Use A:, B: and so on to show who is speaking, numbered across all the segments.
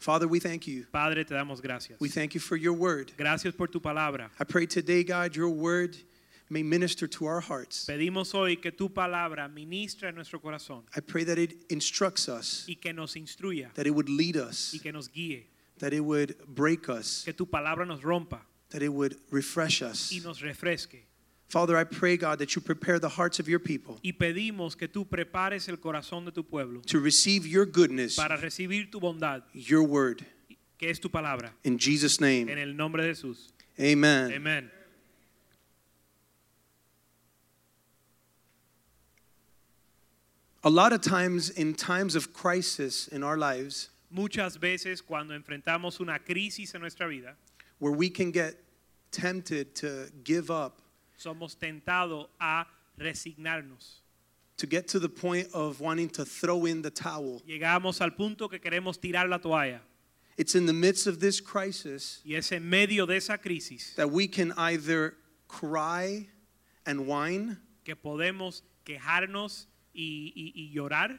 A: Father, we thank you.
B: Padre, te damos gracias.
A: We thank you for your word.
B: Gracias por tu palabra.
A: I pray today, God, your word may minister to our hearts.
B: Pedimos hoy que tu palabra ministre en nuestro corazón
A: I pray that it instructs us,
B: y que nos instruya
A: that it would lead us,
B: y que nos guíe.
A: that it would break us,
B: Que tu palabra nos rompa
A: that it would refresh us.
B: y nos refresque.
A: Father, I pray, God, that you prepare the hearts of your people
B: Y pedimos que tú prepares el corazón de tu pueblo
A: to receive your goodness,
B: para recibir tu bondad,
A: your word.
B: que es tu palabra.
A: In Jesus'
B: En
A: name,
B: el nombre de Jesús.
A: amen.
B: Amén.
A: A lot of times, in times of crisis in our lives,
B: Muchas veces cuando enfrentamos una crisis en nuestra vida,
A: where we can get tempted to give up,
B: somos tentados a resignarnos.
A: to get to the point of wanting to throw in the towel.
B: Llegamos al punto que queremos tirar la toalla.
A: It's in the midst of this crisis
B: Y es en medio de esa crisis
A: that we can either cry and whine,
B: que podemos quejarnos y, y- y llorar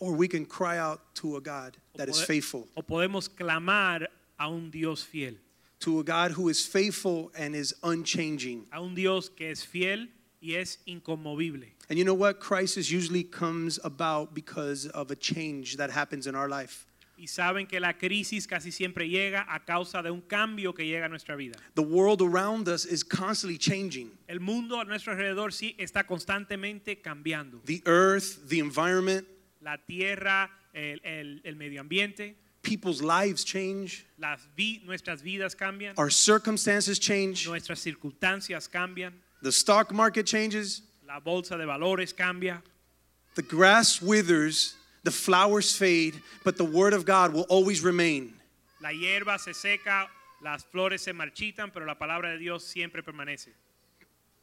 A: or we can cry out to a God
B: o
A: that is
B: pode-
A: faithful,
B: o podemos clamar a un Dios fiel,
A: to a God who is faithful and is unchanging.
B: a un Dios que es fiel y es inconmovible.
A: And you know what? Crisis usually comes about because of a change that happens in our life.
B: Y saben que la crisis casi siempre llega a causa de un cambio que llega a nuestra vida.
A: The world around us is constantly changing.
B: El mundo a nuestro alrededor sí está constantemente cambiando.
A: The earth, the environment,
B: La tierra, el, el- el medio ambiente,
A: people's lives change,
B: las vi- nuestras vidas cambian,
A: our circumstances change,
B: nuestras circunstancias cambian,
A: the stock market changes,
B: la bolsa de valores cambia.
A: The grass withers, the flowers fade, but the word of God will always remain.
B: La hierba se seca, las flores se marchitan, pero la palabra de Dios siempre permanece.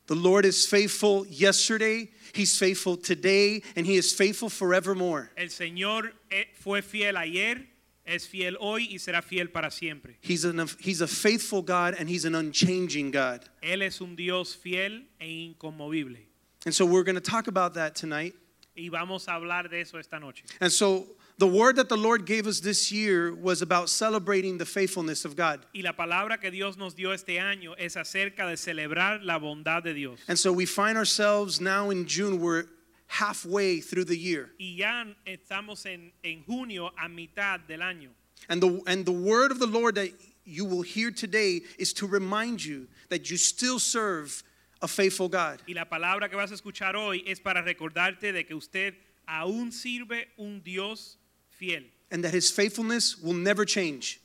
A: The Lord is faithful yesterday, He's faithful today, and He is faithful forevermore.
B: El Señor eh, fue fiel ayer, es fiel hoy y será fiel para siempre.
A: He's, an, he's a faithful God and He's an unchanging God.
B: Él es un Dios fiel e inconmovible.
A: And so we're going to talk about that tonight.
B: Y vamos a hablar de eso esta noche.
A: And so the word that the Lord gave us this year was about celebrating the faithfulness of God.
B: Y la palabra que Dios nos dio este año es acerca de celebrar la bondad de Dios.
A: And so we find ourselves now in June, we're halfway through the year.
B: Y ya estamos en, en junio a mitad del año.
A: And the, and the word of the Lord that you will hear today is to remind you that you still serve a faithful God.
B: Y la palabra que vas a escuchar hoy es para recordarte de que usted aún sirve un Dios fiel
A: And that his faithfulness will never change.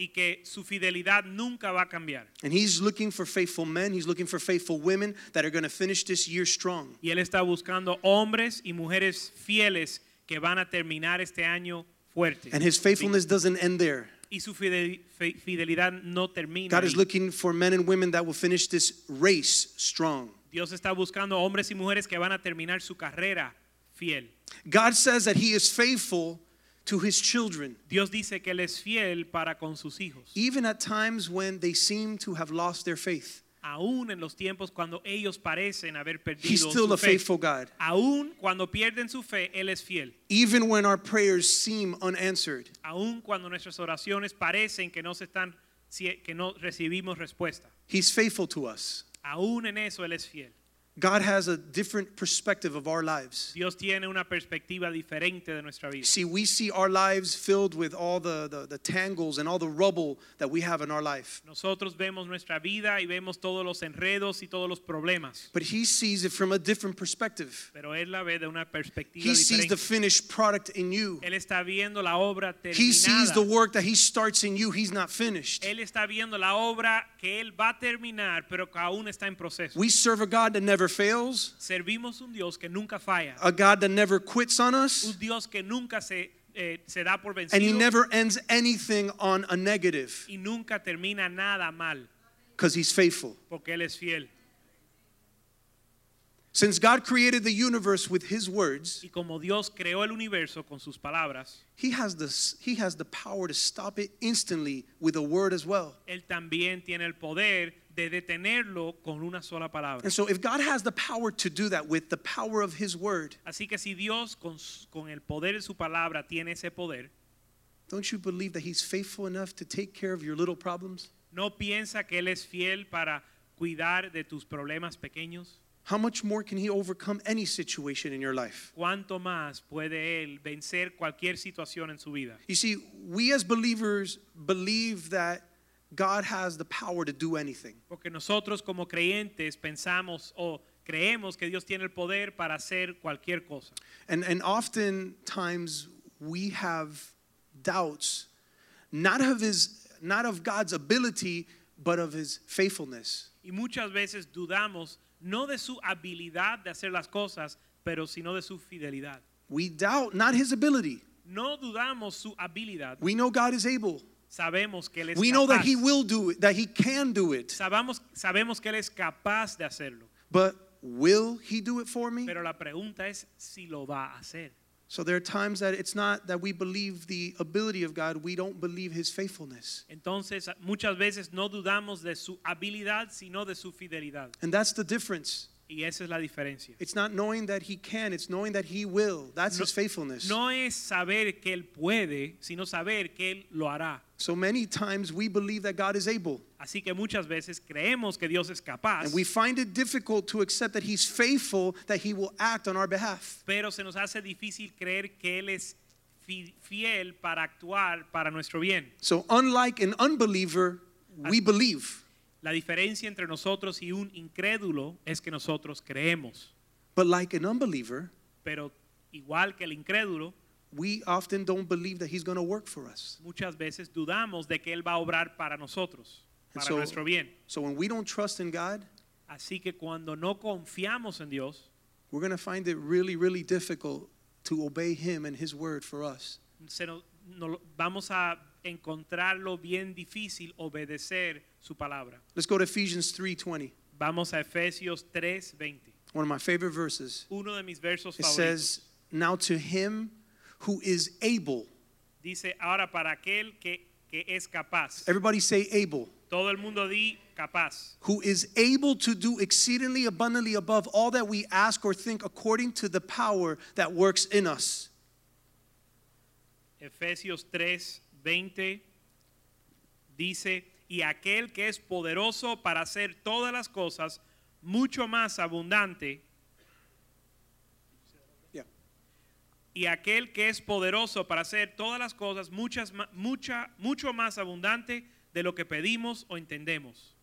B: y que su fidelidad nunca va a cambiar.
A: And he's looking for faithful men, he's looking for faithful women that are going to finish this year strong.
B: Y Él está buscando hombres y mujeres fieles que van a terminar este año fuerte.
A: And his faithfulness doesn't end there.
B: y su fidel- fe- fidelidad no termina.
A: God is
B: ahí.
A: looking for men and women that will finish this race strong.
B: Dios está buscando hombres y mujeres que van a terminar su carrera fiel.
A: God says that he is faithful to his children,
B: Dios dice que Él es fiel para con sus hijos,
A: even at times when they seem to have lost their faith.
B: aún en los tiempos cuando ellos parecen haber
A: He's
B: perdido
A: still
B: su
A: a
B: fe.
A: faithful God.
B: Aún cuando pierden su fe, Él es fiel.
A: even when our prayers seem unanswered.
B: Aún cuando nuestras oraciones parecen que no, se están, si- que no recibimos respuesta.
A: He's faithful to us.
B: Aún en eso Él es fiel.
A: God has a different perspective of our lives.
B: Dios tiene una perspectiva diferente de nuestra vida.
A: See, we see our lives filled with all the, the, the tangles and all the rubble that we have in our life.
B: Nosotros vemos nuestra vida y vemos todos los enredos y todos los problemas,
A: But He sees it from a different perspective.
B: pero Él la ve de una perspectiva
A: He sees
B: diferente.
A: the finished product in you.
B: Él está viendo la obra
A: He sees the
B: terminada.
A: work that He starts in you. He's not finished.
B: Él está viendo la obra que Él va a terminar, pero que aún está en proceso.
A: We serve a God that never fails,
B: Servimos un Dios que nunca falla,
A: a God that never quits on us,
B: un Dios que nunca se, eh, se da por
A: and He
B: vencido
A: never ends anything on a negative.
B: y nunca termina nada mal.
A: because he's faithful.
B: porque Él es fiel.
A: Since God created the universe with his words,
B: Y como Dios creó el universo con sus palabras,
A: he has the, he has the power to stop it instantly with a word as well.
B: Él también tiene el poder de detenerlo con una sola palabra.
A: And so, if God has the power to do that with the power of his word,
B: Así que si Dios con, s- con el poder de su palabra tiene ese poder,
A: don't you believe that he's faithful enough to take care of your little problems?
B: ¿no piensa que Él es fiel para cuidar de tus problemas pequeños?
A: How much more can he overcome any situation in your life?
B: ¿Cuánto más puede Él vencer cualquier situación en su vida?
A: You see, we as believers believe that God has the power to do anything.
B: Porque nosotros como creyentes pensamos o creemos que Dios tiene el poder para hacer cualquier cosa.
A: And, and oftentimes we have doubts, not of, his, not of God's ability, but of his faithfulness.
B: Y muchas veces dudamos no de su habilidad de hacer las cosas, pero sino de su fidelidad.
A: We doubt not his ability.
B: No dudamos su habilidad.
A: We know God is able.
B: Sabemos que él es
A: We know that
B: capaz.
A: he will do it, that he can do it.
B: Sabamos- sabemos que él es capaz de hacerlo,
A: But will he do it for me?
B: pero la pregunta es si lo va a hacer.
A: So there are times that it's not that we believe the ability of God, we don't believe his faithfulness.
B: Entonces, muchas veces no dudamos de su habilidad, sino de su fidelidad,
A: And that's the difference.
B: y esa es la diferencia.
A: It's not knowing that he can, it's knowing that he will. That's
B: No-
A: his faithfulness.
B: No es saber que él puede, sino saber que él lo hará.
A: So many times we believe that God is able,
B: Así que muchas veces creemos que Dios es capaz,
A: and we find it difficult to accept that He's faithful, that He will act on our behalf.
B: pero se nos hace difícil creer que Él es fi- fiel para actuar para nuestro bien.
A: So, unlike an unbeliever, we believe.
B: La diferencia entre nosotros y un incrédulo es que nosotros creemos,
A: But, like an unbeliever,
B: pero igual que el incrédulo,
A: we often don't believe that He's going to work for us.
B: muchas veces dudamos de que Él va a obrar para nosotros,
A: And
B: para
A: so-
B: nuestro bien.
A: So, when we don't trust in God,
B: Así que cuando no confiamos en Dios,
A: we're going to find it really, really difficult to obey Him and His word for us.
B: se nos- no lo- vamos a encontrarlo bien difícil obedecer su palabra.
A: Let's go to Ephesians 3:20,
B: Vamos a Efesios 3:20,
A: one of my favorite verses.
B: uno de mis versos
A: It
B: favoritos.
A: says, "Now to Him who is able."
B: Dice ahora para aquel que, que es capaz.
A: Everybody say able.
B: Todo el mundo di capaz.
A: who is able to do exceedingly abundantly above all that we ask or think according to the power that works in us.
B: Efesios 3, 20 dice, y aquel que es poderoso para hacer todas las cosas mucho más abundante,
A: Yeah.
B: y aquel que es poderoso para hacer todas las cosas muchas, ma- mucha, mucho más abundante de lo que pedimos o entendemos.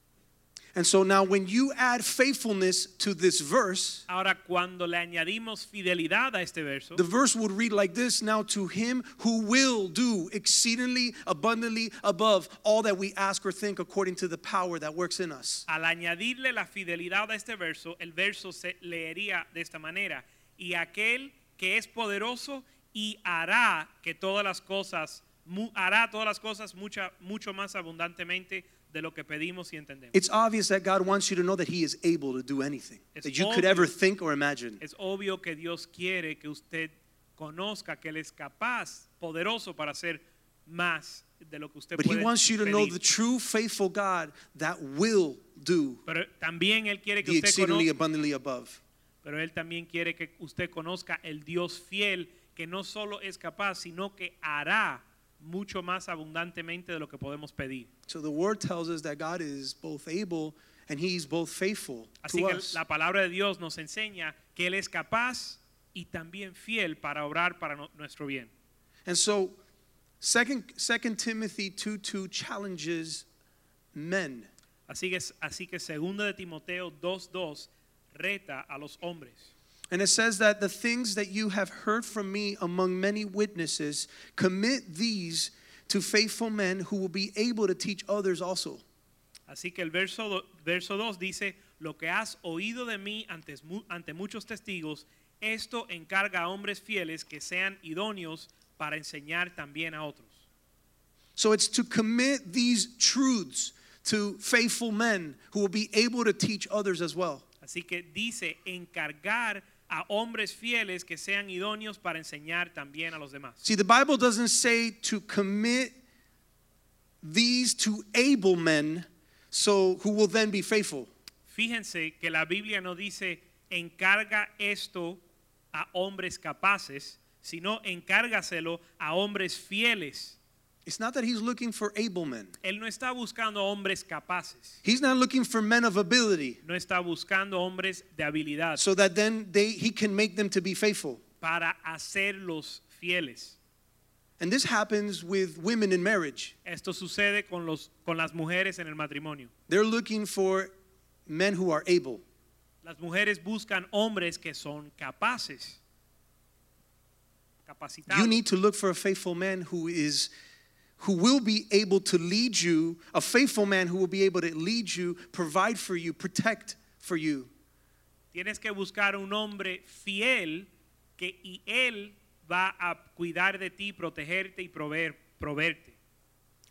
A: And so now when you add faithfulness to this verse,
B: Ahora, cuando le añadimos fidelidad a este verso,
A: the verse would read like this now to him who will do exceedingly abundantly above all that we ask or think according to the power that works in us.
B: Al añadirle la fidelidad a este verso, el verso se leería de esta manera, y aquel que es poderoso y hará que todas las cosas, mu- hará todas las cosas mucha- mucho más abundantemente de lo que pedimos y entendemos.
A: It's obvious that God wants you to know that he is able to do anything
B: It's
A: that you could
B: obvious.
A: ever think or imagine.
B: es obvio que Dios quiere que usted conozca que Él es capaz, poderoso para hacer más de lo que usted
A: But he
B: puede
A: wants you to know
B: pedir.
A: the true faithful God that will do
B: Pero también Él quiere que
A: the
B: usted
A: exceedingly
B: conozca
A: abundantly above.
B: Pero Él también quiere que usted conozca el Dios fiel, que no solo es capaz, sino que hará mucho más abundantemente de lo que podemos pedir.
A: So the word tells us that God is both able and he's both faithful
B: Así
A: to
B: que
A: us.
B: la palabra de Dios nos enseña que Él es capaz y también fiel para obrar para no- nuestro bien.
A: And so second second Timothy 2 2 challenges men.
B: Así que, así que segunda de Timoteo 2.2 reta a los hombres.
A: And it says that the things that you have heard from me among many witnesses, commit these to faithful men who will be able to teach others also.
B: Así que el verso, do- verso 2 dice, lo que has oído de mí antes mu- ante muchos testigos, esto encarga a hombres fieles que sean idóneos para enseñar también a otros.
A: So it's to commit these truths to faithful men who will be able to teach others as well.
B: Así que dice encargar a hombres fieles que sean idóneos para enseñar también a los demás.
A: See, the Bible doesn't say to commit these to able men so who will then be faithful.
B: Fíjense que la Biblia no dice encarga esto a hombres capaces, sino encárgaselo a hombres fieles.
A: It's not that he's looking for able men.
B: Él no está buscando hombres capaces,
A: He's not looking for men of ability
B: no está buscando hombres de habilidad
A: so that then they he can make them to be faithful.
B: para hacerlos fieles.
A: And this happens with women in marriage.
B: Esto sucede con, los, con las mujeres en el matrimonio.
A: They're looking for men who are able.
B: Las mujeres buscan hombres que son capaces, capacitados.
A: You need to look for a faithful man who is who will be able to lead you, a faithful man who will be able to lead you, provide for you, protect for you.
B: Tienes que buscar un hombre fiel que y él va a cuidar de ti, protegerte y proveer, proveerte.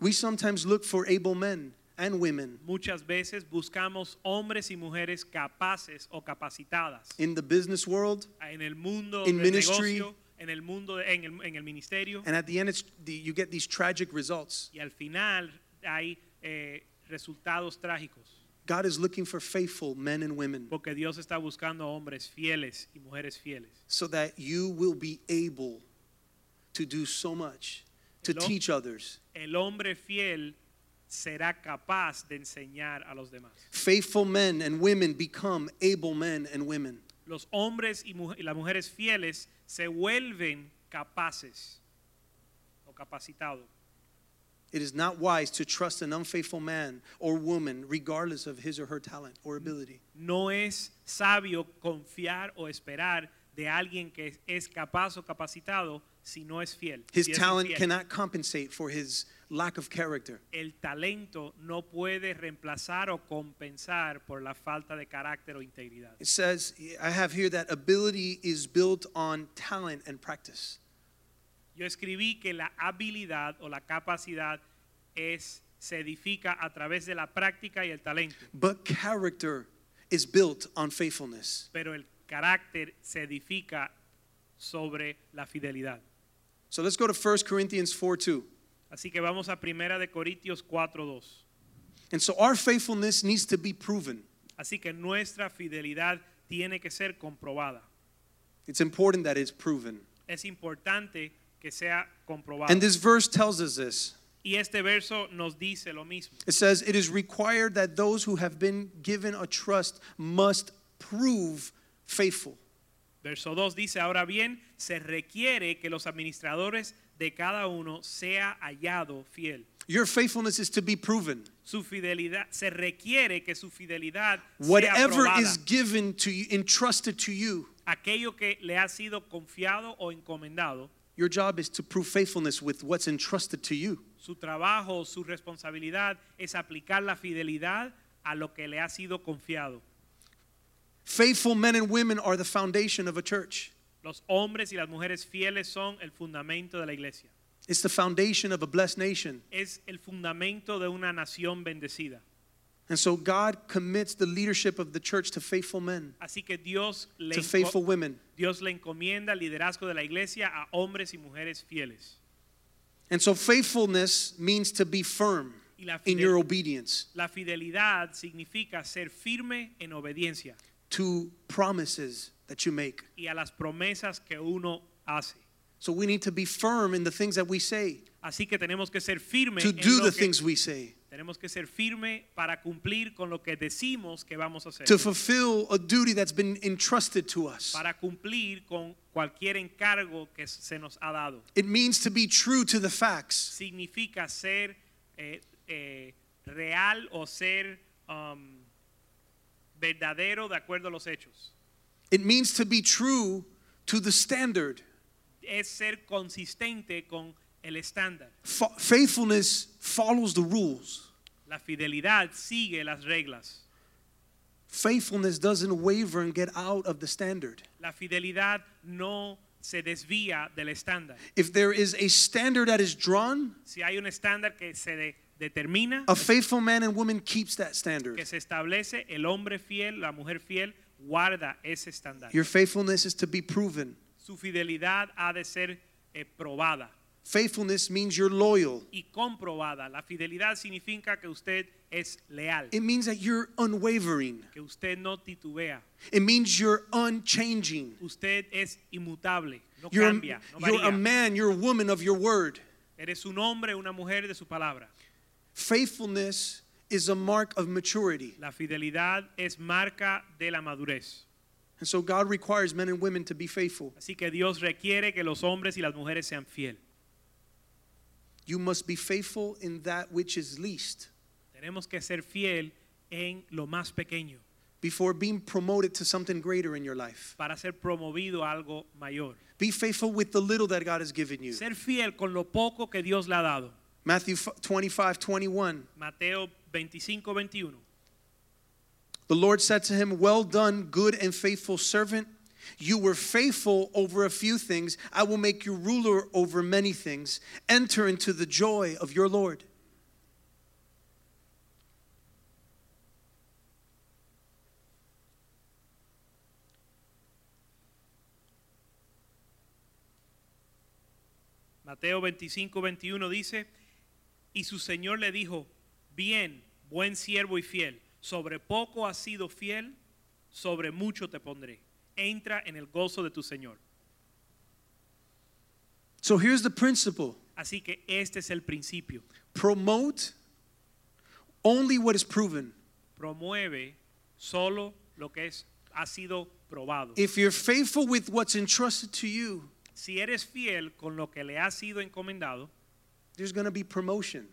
A: We sometimes look for able men and women
B: Muchas veces buscamos hombres y mujeres capaces o capacitadas
A: in the business world,
B: en el mundo
A: In
B: del
A: ministry.
B: negocio, en el mundo de- en, el, en el ministerio
A: and at the end, it's the, you get these tragic results.
B: y al final hay eh, resultados trágicos
A: God is looking for faithful men and women
B: porque Dios está buscando hombres fieles y mujeres fieles
A: so that you will be able to do so much, to
B: Hello?
A: teach others.
B: el hombre fiel será capaz de enseñar a los demás
A: Faithful men and women become able men and women.
B: los hombres y, mu- y las mujeres fieles se vuelven capaces o capacitados.
A: It is not wise to trust an unfaithful man or woman, regardless of his or her talent or ability.
B: No es sabio confiar o esperar de alguien que es, es capaz o capacitado si no es fiel.
A: His
B: si es
A: talent
B: infiel.
A: cannot compensate for his lack of character.
B: El talento no puede reemplazar o compensar por la falta de carácter o integridad.
A: It says, I have here that ability is built on talent and practice.
B: Yo escribí que la habilidad o la capacidad es se edifica a través de la práctica y el talento.
A: But character is built on faithfulness.
B: pero el carácter se edifica sobre la fidelidad.
A: So let's go to 1 Corinthians 4 2.
B: Así que vamos a Primera de Corintios 4:2.
A: And so our faithfulness needs to be proven.
B: Así que nuestra fidelidad tiene que ser comprobada.
A: It's important that it's proven.
B: Es importante que sea comprobada.
A: And this verse tells us this.
B: y este verso nos dice lo mismo.
A: It says, It is required that those who have been given a trust must prove faithful.
B: Verso 2 dice, ahora bien, se requiere que los administradores de cada uno sea hallado fiel.
A: Your faithfulness is to be proven.
B: Su fidelidad se requiere que su fidelidad sea
A: Whatever
B: probada.
A: is given to you, entrusted to you,
B: aquello que le ha sido confiado o encomendado,
A: your job is to prove faithfulness with what's entrusted to you.
B: su trabajo, su responsabilidad es aplicar la fidelidad a lo que le ha sido confiado.
A: Faithful men and women are the foundation of a church,
B: Los hombres y las mujeres fieles son el fundamento de la iglesia.
A: it's the foundation of a blessed nation.
B: Es el fundamento de una nación bendecida.
A: And so God commits the leadership of the church to faithful men,
B: Así que Dios le,
A: to
B: enco-
A: faithful women.
B: Dios le encomienda el liderazgo de la iglesia a hombres y mujeres fieles.
A: And so faithfulness means to be firm
B: Y la
A: in your
B: fidel-
A: obedience
B: La fidelidad significa ser firme en obediencia
A: to promises that you make.
B: y a las promesas que uno hace.
A: So we need to be firm in the things that we say,
B: Así que tenemos que ser firmes
A: to do the
B: que
A: things we say,
B: tenemos que ser firme para cumplir con lo que decimos que vamos a hacer,
A: to fulfill a duty that's been entrusted to us.
B: para cumplir con cualquier encargo que se nos ha dado.
A: It means to be true to the facts.
B: Significa ser eh, eh, real o ser um, verdadero de acuerdo a los hechos.
A: It means to be true to the standard.
B: Es ser consistente con el estándar.
A: Fa- faithfulness follows the rules.
B: La fidelidad sigue las reglas.
A: Faithfulness doesn't waver and get out of the standard.
B: La fidelidad no se desvía del estándar.
A: If there is a standard that is drawn,
B: Si hay un estándar que se de- determina
A: A faithful man and woman keeps that standard.
B: que se establece el hombre fiel, la mujer fiel, guarda ese estándar.
A: Your faithfulness is to be proven.
B: Su fidelidad ha de ser eh, probada
A: Faithfulness means you're loyal.
B: y comprobada. La fidelidad significa que usted es leal,
A: It means that you're unwavering.
B: que usted no titubea,
A: It means you're unchanging.
B: usted es inmutable, no
A: You're,
B: cambia, no
A: you're a
B: varía.
A: man, you're a woman of your word.
B: Eres un hombre, una mujer de su palabra.
A: Faithfulness is a mark of maturity.
B: La fidelidad es marca de la madurez.
A: And so God requires men and women to be faithful.
B: Así que Dios requiere que los hombres y las mujeres sean fiel.
A: You must be faithful in that which is least
B: Tenemos que ser fiel en lo más pequeño
A: before being promoted to something greater in your life.
B: para ser promovido a algo mayor.
A: Be faithful with the little that God has given you.
B: Ser fiel con lo poco que Dios le ha dado.
A: Matthew 25, 21.
B: Mateo 25, 21.
A: The Lord said to him, Well done, good and faithful servant. You were faithful over a few things. I will make you ruler over many things. Enter into the joy of your Lord.
B: Mateo 25, 21 dice, y su Señor le dijo, bien, buen siervo y fiel, sobre poco has sido fiel, sobre mucho te pondré. Entra en el gozo de tu Señor.
A: So here's the principle
B: Así que este es el principio.
A: promote only what is proven.
B: Promueve solo lo que es, ha sido probado.
A: If you're faithful with what's entrusted to you,
B: si eres fiel con lo que le ha sido encomendado,
A: there's going to be promotion.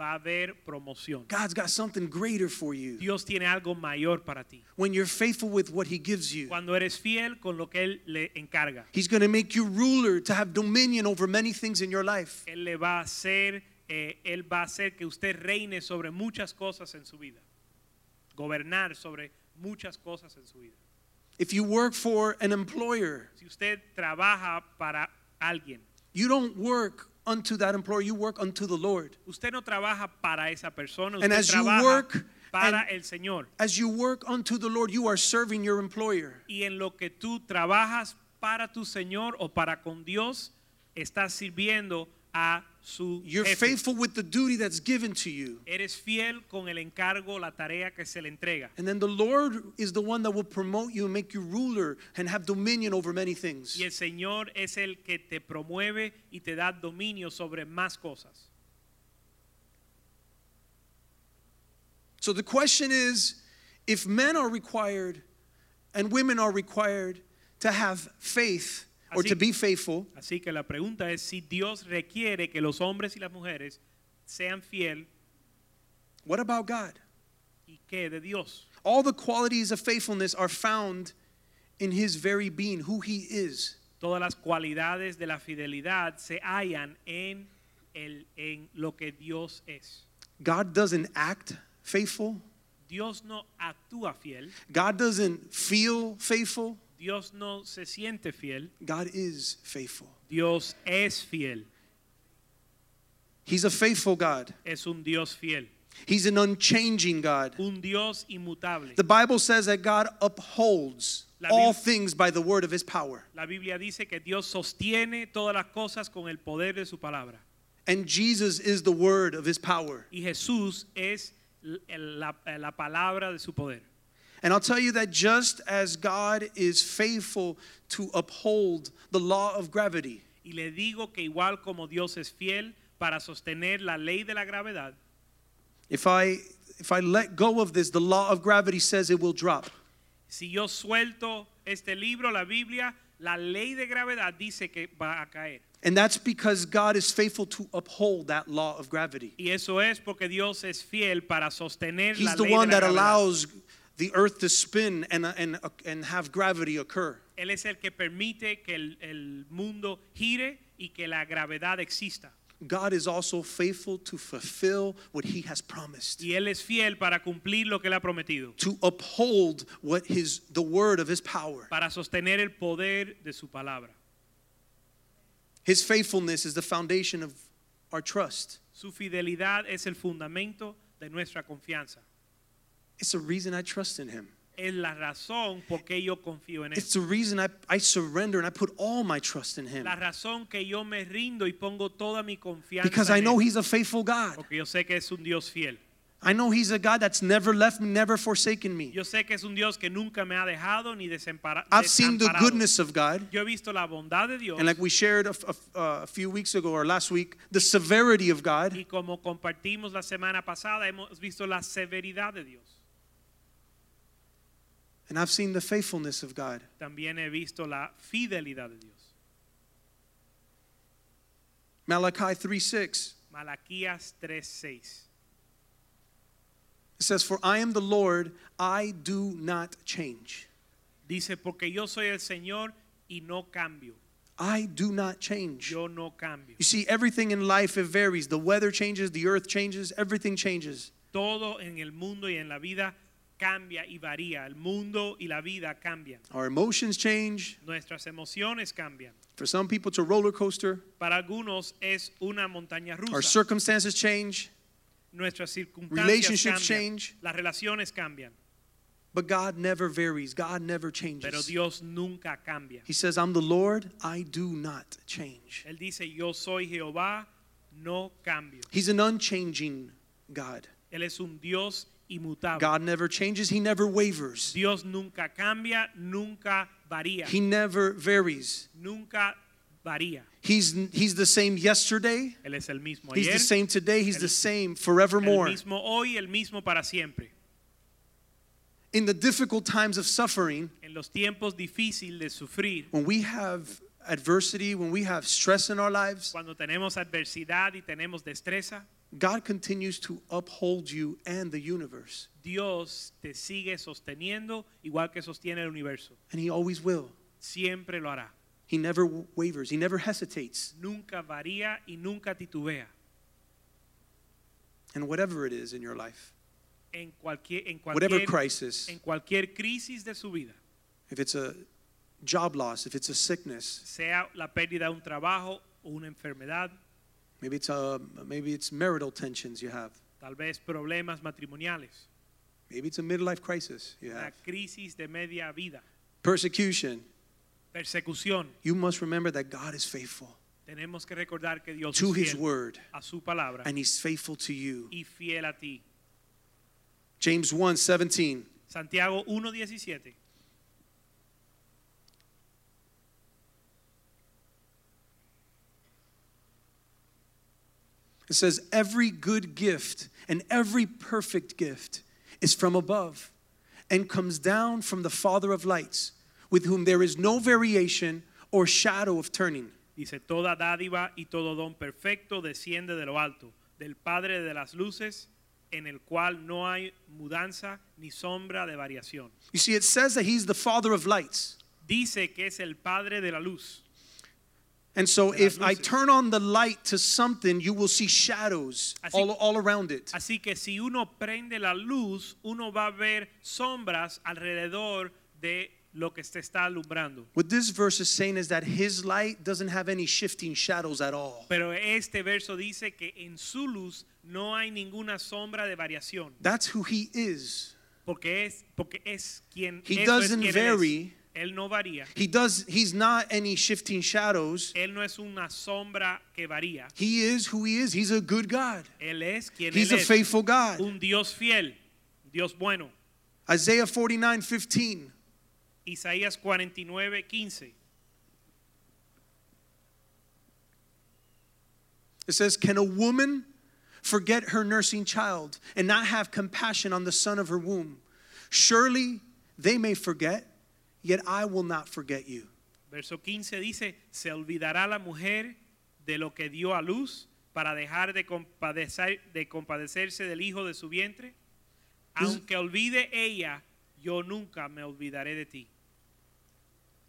B: va a haber promoción.
A: God's got something greater for you
B: Dios tiene algo mayor para ti.
A: when you're faithful with what He gives you.
B: Cuando eres fiel con lo que Él le encarga,
A: He's going to make you ruler to have dominion over many things in your life.
B: Él le va a hacer, eh, Él va a hacer que usted reine sobre muchas cosas en su vida. Gobernar sobre muchas cosas en su vida.
A: If you work for an employer,
B: Si usted trabaja para alguien,
A: you don't work unto that employer, you work unto the Lord.
B: usted no trabaja para esa persona,
A: And
B: usted
A: as you
B: trabaja
A: work
B: para
A: and-
B: el Señor.
A: As you work unto the Lord, you are serving your employer.
B: Y en lo que tú trabajas para tu Señor o para con Dios, estás sirviendo a su
A: You're
B: jefe.
A: faithful with the duty that's given to you.
B: Eres fiel con el encargo, la tarea que se le entrega.
A: And then the Lord is the one that will promote you and make you ruler and have dominion over many things.
B: Y el Señor es el que te promueve y te da dominio sobre más cosas.
A: So the question is if men are required and women are required to have faith or
B: Así-
A: to be faithful,
B: Así que la pregunta es si Dios requiere que los hombres y las mujeres sean fiel
A: what about God?
B: y que de Dios.
A: All the qualities of faithfulness are found in his very being, who he is.
B: Todas las cualidades de la fidelidad se hallan en, el, en lo que Dios es.
A: God doesn't act faithful,
B: Dios no actúa fiel,
A: God doesn't feel faithful.
B: Dios no se siente fiel,
A: God is faithful.
B: Dios es fiel,
A: He's a faithful God,
B: es un Dios fiel,
A: He's an unchanging God.
B: un Dios inmutable.
A: The Bible says that God upholds
B: La
A: all
B: Bib-
A: things by the word of his power.
B: La Biblia dice que Dios sostiene todas las cosas con el poder de su palabra.
A: And Jesus is the word of his power.
B: Y Jesús es l- el- la, la palabra de su poder.
A: And I'll tell you that just as God is faithful to uphold the law of gravity,
B: Y le digo que igual como Dios es fiel para sostener la ley de la gravedad,
A: if I if I let go of this, the law of gravity says it will drop.
B: si yo suelto este libro, la Biblia, la ley de gravedad dice que va a caer.
A: And that's because God is faithful to uphold that law of gravity.
B: Y eso es porque Dios es fiel para sostener la
A: He's the
B: ley
A: one
B: de la
A: that
B: gravedad.
A: allows the earth to spin and and and have gravity occur.
B: Él es el que permite que el- el mundo gire y que la gravedad exista.
A: God is also faithful to fulfill what he has promised.
B: Y él es fiel para cumplir lo que él ha prometido,
A: To uphold what his the word of his power.
B: para sostener el poder de su palabra.
A: His faithfulness is the foundation of our trust.
B: Su fidelidad es el fundamento de nuestra confianza.
A: It's the reason I trust in Him.
B: Es la razón por qué yo confío en Él.
A: It's the reason I, I surrender and I put all my trust in Him.
B: La razón que yo me rindo y pongo toda mi confianza
A: Because
B: en
A: I know
B: Él.
A: He's a faithful God.
B: Porque yo sé que es un Dios fiel.
A: I know He's a God that's never left me, never forsaken me.
B: Yo sé que es un Dios que nunca me ha dejado ni desempara-
A: I've seen the
B: desamparado.
A: goodness of God.
B: Yo he visto la bondad de Dios
A: And like we shared a, f- a- a few weeks ago or last week, the severity of God.
B: y como compartimos la semana pasada, hemos visto la severidad de Dios.
A: And I've seen the faithfulness of God.
B: También he visto la fidelidad de Dios.
A: Malachi 3 6
B: Malaquías 3:6.
A: it says, For I am the Lord, I do not change.
B: Dice, porque yo soy el Señor y no cambio.
A: I do not change.
B: Yo no cambio.
A: You see, everything in life, it varies. The weather changes, the earth changes, everything changes.
B: Todo en el mundo y en la vida cambia y varía. El mundo y la vida cambian.
A: Our emotions change.
B: Nuestras emociones cambian.
A: For some people, it's a roller coaster.
B: Para algunos es una montaña
A: Our
B: rusa.
A: circumstances change.
B: Nuestras circunstancias
A: Relationships
B: cambian.
A: change.
B: Las relaciones cambian.
A: But God never varies, God never
B: Pero
A: changes.
B: Dios nunca cambia.
A: He says, I'm the Lord, I do not change.
B: Él dice, yo soy Jehová, no cambio.
A: He's an unchanging God.
B: Él es un Dios inmutable.
A: God never changes, He never wavers,
B: Dios nunca cambia, nunca varía.
A: He never varies.
B: nunca varía.
A: He's, he's the same yesterday,
B: Él es el mismo
A: He's
B: ayer,
A: the same today, He's the same
B: el
A: forevermore.
B: mismo hoy, el mismo para siempre.
A: In the difficult times of suffering,
B: En los tiempos difíciles de sufrir,
A: when we have adversity, when we have stress in our lives,
B: cuando tenemos adversidad y tenemos destreza,
A: God continues to uphold you and the universe,
B: Dios te sigue sosteniendo igual que sostiene el universo.
A: and He always will.
B: Siempre lo hará.
A: He never wavers, He never hesitates.
B: Nunca varía y nunca titubea
A: And whatever it is in your life,
B: en cualquier, en
A: whatever
B: cualquier,
A: crisis,
B: en cualquier crisis de su vida,
A: if it's a job loss, if it's a sickness,
B: sea la pérdida de un trabajo o una enfermedad,
A: Maybe it's uh, maybe it's marital tensions you have.
B: tal vez problemas matrimoniales,
A: Maybe it's a midlife crisis you
B: una
A: have.
B: crisis de media vida,
A: Persecution.
B: persecución.
A: You must remember that God is faithful
B: Tenemos que recordar que Dios
A: to
B: es
A: His
B: fiel
A: word,
B: a su palabra
A: and He's faithful to you.
B: y fiel a ti.
A: James 1 17.
B: Santiago 1.17.
A: It says, Every good gift and every perfect gift is from above and comes down from the Father of lights, with whom there is no variation or shadow of turning.
B: Dice, toda dádiva y todo don perfecto desciende de lo alto, del Padre de las luces, en el cual no hay mudanza ni sombra de variación.
A: You see, it says that He's the Father of lights.
B: Dice que es el Padre de la luz.
A: And so
B: De las
A: if I
B: luces.
A: turn on the light to something, you will see shadows
B: Así-
A: all, all around it.
B: Así que si uno prende la luz, uno va a ver sombras alrededor de lo que se está alumbrando.
A: What this verse is saying is that his light doesn't have any shifting shadows at all.
B: Pero este verso dice que en su luz no hay ninguna sombra de variación,
A: That's who he is.
B: porque es porque es quien,
A: He
B: eso es
A: doesn't
B: quien él es.
A: vary.
B: Él no varía.
A: He does he's not any shifting shadows.
B: Él no es una sombra que varía.
A: He is who he is. He's a good God.
B: Él es quien
A: He's
B: él
A: a
B: es.
A: faithful God.
B: Un Dios fiel, Dios bueno.
A: Isaiah 49:15.
B: Isaías 49, 15.
A: It says, "Can a woman forget her nursing child and not have compassion on the son of her womb? Surely they may forget, yet I will not forget you."
B: Verso 15 dice, se olvidará la mujer de lo que dio a luz para dejar de, compadecer- de compadecerse del hijo de su vientre.
A: This-
B: Aunque olvide ella, yo nunca me olvidaré de ti.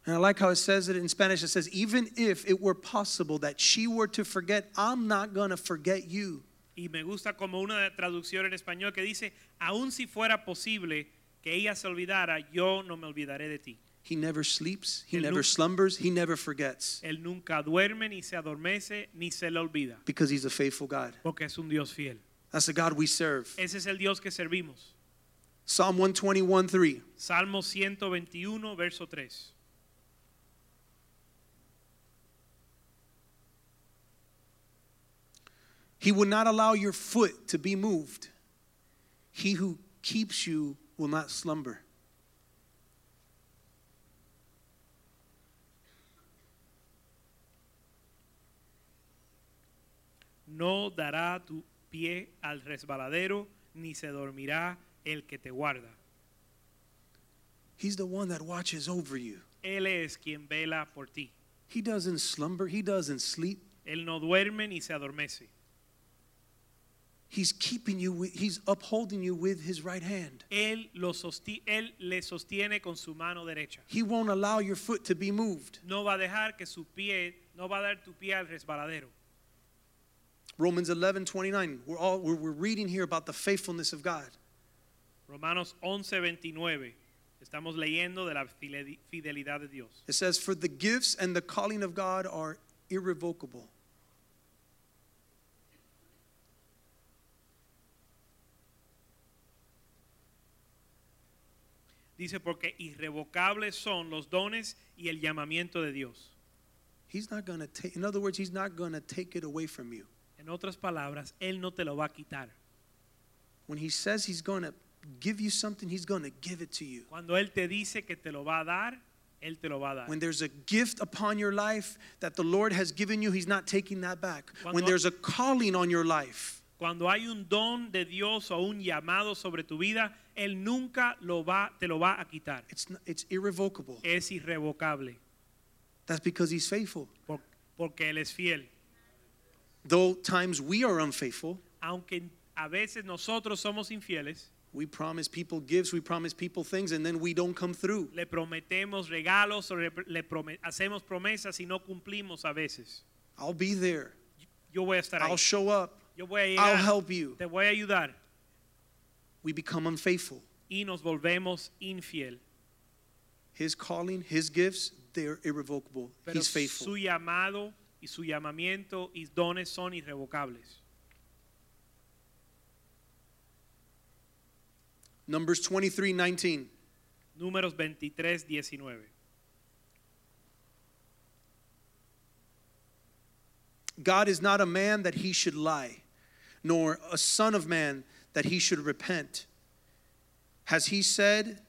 A: And I like how it says it in Spanish. It says, even if it were possible that she were to forget, I'm not going to forget you.
B: Y me gusta como una traducción en español que dice, aun si fuera posible que ella se olvidara, yo no me olvidaré de ti.
A: He never sleeps, he
B: El
A: never
B: nu-
A: slumbers, he never forgets
B: Él nunca duerme, ni se adormece, ni se le olvida,
A: because he's a faithful God.
B: porque es un Dios fiel.
A: That's the God we serve.
B: Ese es el Dios que servimos.
A: Psalm 121 3.
B: Salmo 121, verso 3.
A: He will not allow your foot to be moved. He who keeps you will not slumber.
B: No dará tu pie al resbaladero, ni se dormirá el que te guarda.
A: He's the one that watches over you.
B: Él es quien vela por ti.
A: He doesn't slumber, he doesn't sleep.
B: Él no duerme ni se adormece.
A: He's keeping you, with, he's upholding you with his right hand.
B: Él, lo sosti- él le sostiene con su mano derecha.
A: He won't allow your foot to be moved.
B: No va a dejar que su pie, no va a dar tu pie al resbaladero.
A: Romans 11, 29. We're, all, we're, we're reading here about the faithfulness of God.
B: Romanos 11:29. Estamos leyendo de la file- fidelidad de Dios.
A: It says, For the gifts and the calling of God are irrevocable.
B: Dice porque irrevocables son los dones y el llamamiento de Dios.
A: He's not going to take, in other words, he's not going to take it away from you.
B: En otras palabras, él no te lo va a quitar.
A: When he says he's going to give you something, he's going to give it to you.
B: Cuando él te dice que te lo va a dar, él te lo va a dar.
A: When there's a gift upon your life that the Lord has given you, he's not taking that back. When
B: Cuando-
A: there's a calling on your life,
B: Cuando hay un don de Dios o un llamado sobre tu vida, él nunca lo va te lo va a quitar.
A: it's, not, it's irrevocable.
B: Es irrevocable
A: That's because he's faithful.
B: por- porque él es fiel.
A: Though times we are unfaithful,
B: Aunque a veces nosotros somos infieles,
A: we promise people gifts, we promise people things, and then we don't come through.
B: le prometemos regalos o le, le prome- hacemos promesas y no cumplimos a veces.
A: I'll be there.
B: Yo voy a estar ahí.
A: I'll show up.
B: Yo voy a llegar.
A: I'll help you.
B: Te voy a ayudar.
A: We become unfaithful.
B: Y nos volvemos infiel.
A: His calling, his gifts, they're irrevocable.
B: Pero
A: He's faithful.
B: su llamado y su llamamiento y dones son irrevocables.
A: Numbers 23 19.
B: Números 23, 19.
A: God is not a man that he should lie, nor a son of man that he should repent. Has he said,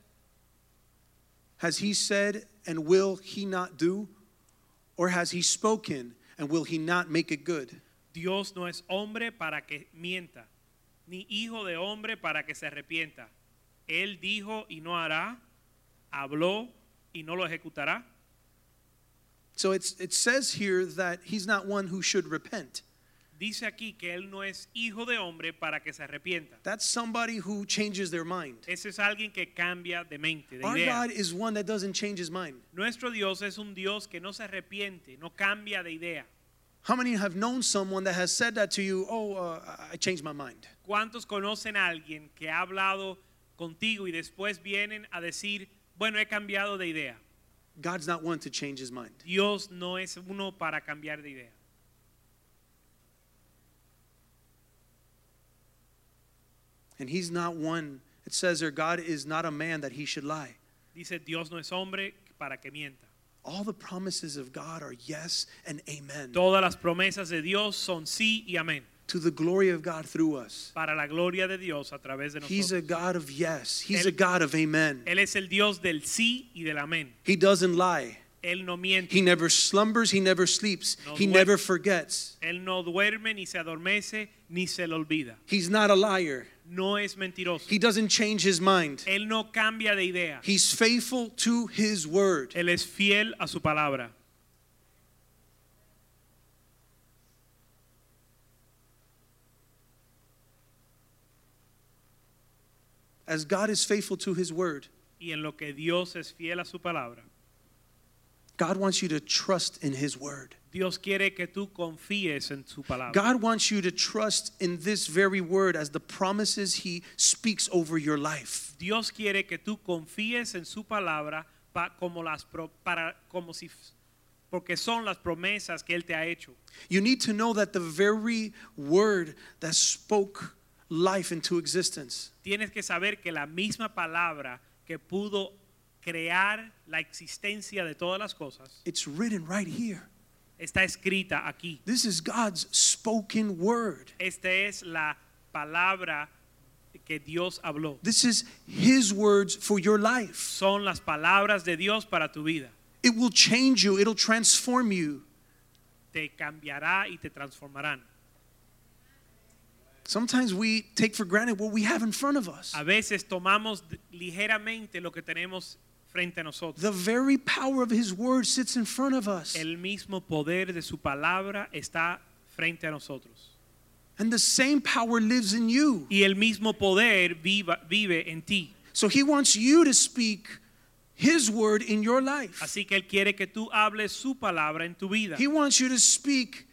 A: has he said, and will he not do? Or has he spoken, and will he not make it good?
B: Dios no es hombre para que mienta, ni hijo de hombre para que se arrepienta. Él dijo y no hará, habló y no lo ejecutará.
A: So it's, it says here that he's not one who should repent.
B: Dice aquí que él no es hijo de hombre para que se arrepienta.
A: That's somebody who changes their mind.
B: Ese es alguien que cambia de mente, de
A: Our
B: idea.
A: God is one that doesn't change his mind.
B: Nuestro Dios es un Dios que no se arrepiente, no cambia de idea.
A: How many have known someone that has said that to you? Oh, uh, I- I changed my mind.
B: ¿Cuántos conocen a alguien que ha hablado contigo y después vienen a decir, bueno, he cambiado de idea?
A: God's not one to change his mind.
B: Dios no es uno para cambiar de idea.
A: And he's not one. It says there, God is not a man that he should lie.
B: Dice, Dios no es hombre para que mienta.
A: All the promises of God are yes and amen
B: Todas las promesas de Dios son sí y amén,
A: to the glory of God through us.
B: para la gloria de Dios a través de
A: He's
B: nosotros.
A: a God of yes, he's
B: Él-
A: a God of amen.
B: Él es el Dios del sí y del amén.
A: He doesn't lie.
B: Él no miente.
A: He never slumbers, he never sleeps,
B: No
A: he
B: duerme.
A: never forgets.
B: Él no duerme, ni se adormece, ni se le olvida.
A: He's not a liar.
B: No es mentiroso.
A: He doesn't change his mind.
B: Él no cambia de idea.
A: He's faithful to his word.
B: Él es fiel a su palabra.
A: As God is faithful to his word,
B: Y en lo que Dios es fiel a su palabra.
A: God wants you to trust in his word.
B: Dios quiere que tú confíes en su palabra.
A: God wants you to trust in this very word as the promises he speaks over your life.
B: Dios quiere que tú confíes en su palabra pa- como, las pro- para, como si, porque son las promesas que Él te ha hecho.
A: You need to know that the very word that spoke life into existence
B: Tienes que saber que la misma palabra que pudo crear la existencia de todas las cosas
A: It's written right here.
B: está escrita aquí.
A: This is God's spoken word.
B: Esta es la palabra que Dios habló.
A: This is His words for your life.
B: Son las palabras de Dios para tu vida.
A: It will change you, it'll transform you.
B: Te cambiará y te transformarán.
A: Sometimes we take for granted what we have in front of us.
B: A veces tomamos d- ligeramente lo que tenemos frente a nosotros.
A: The very power of His word sits in front of us.
B: El mismo poder de su palabra está frente a nosotros.
A: And the same power lives in you.
B: Y el mismo poder viva- vive en ti.
A: So He wants you to speak His word in your life.
B: Así que Él quiere que tú hables su palabra en tu vida.
A: He wants you to speak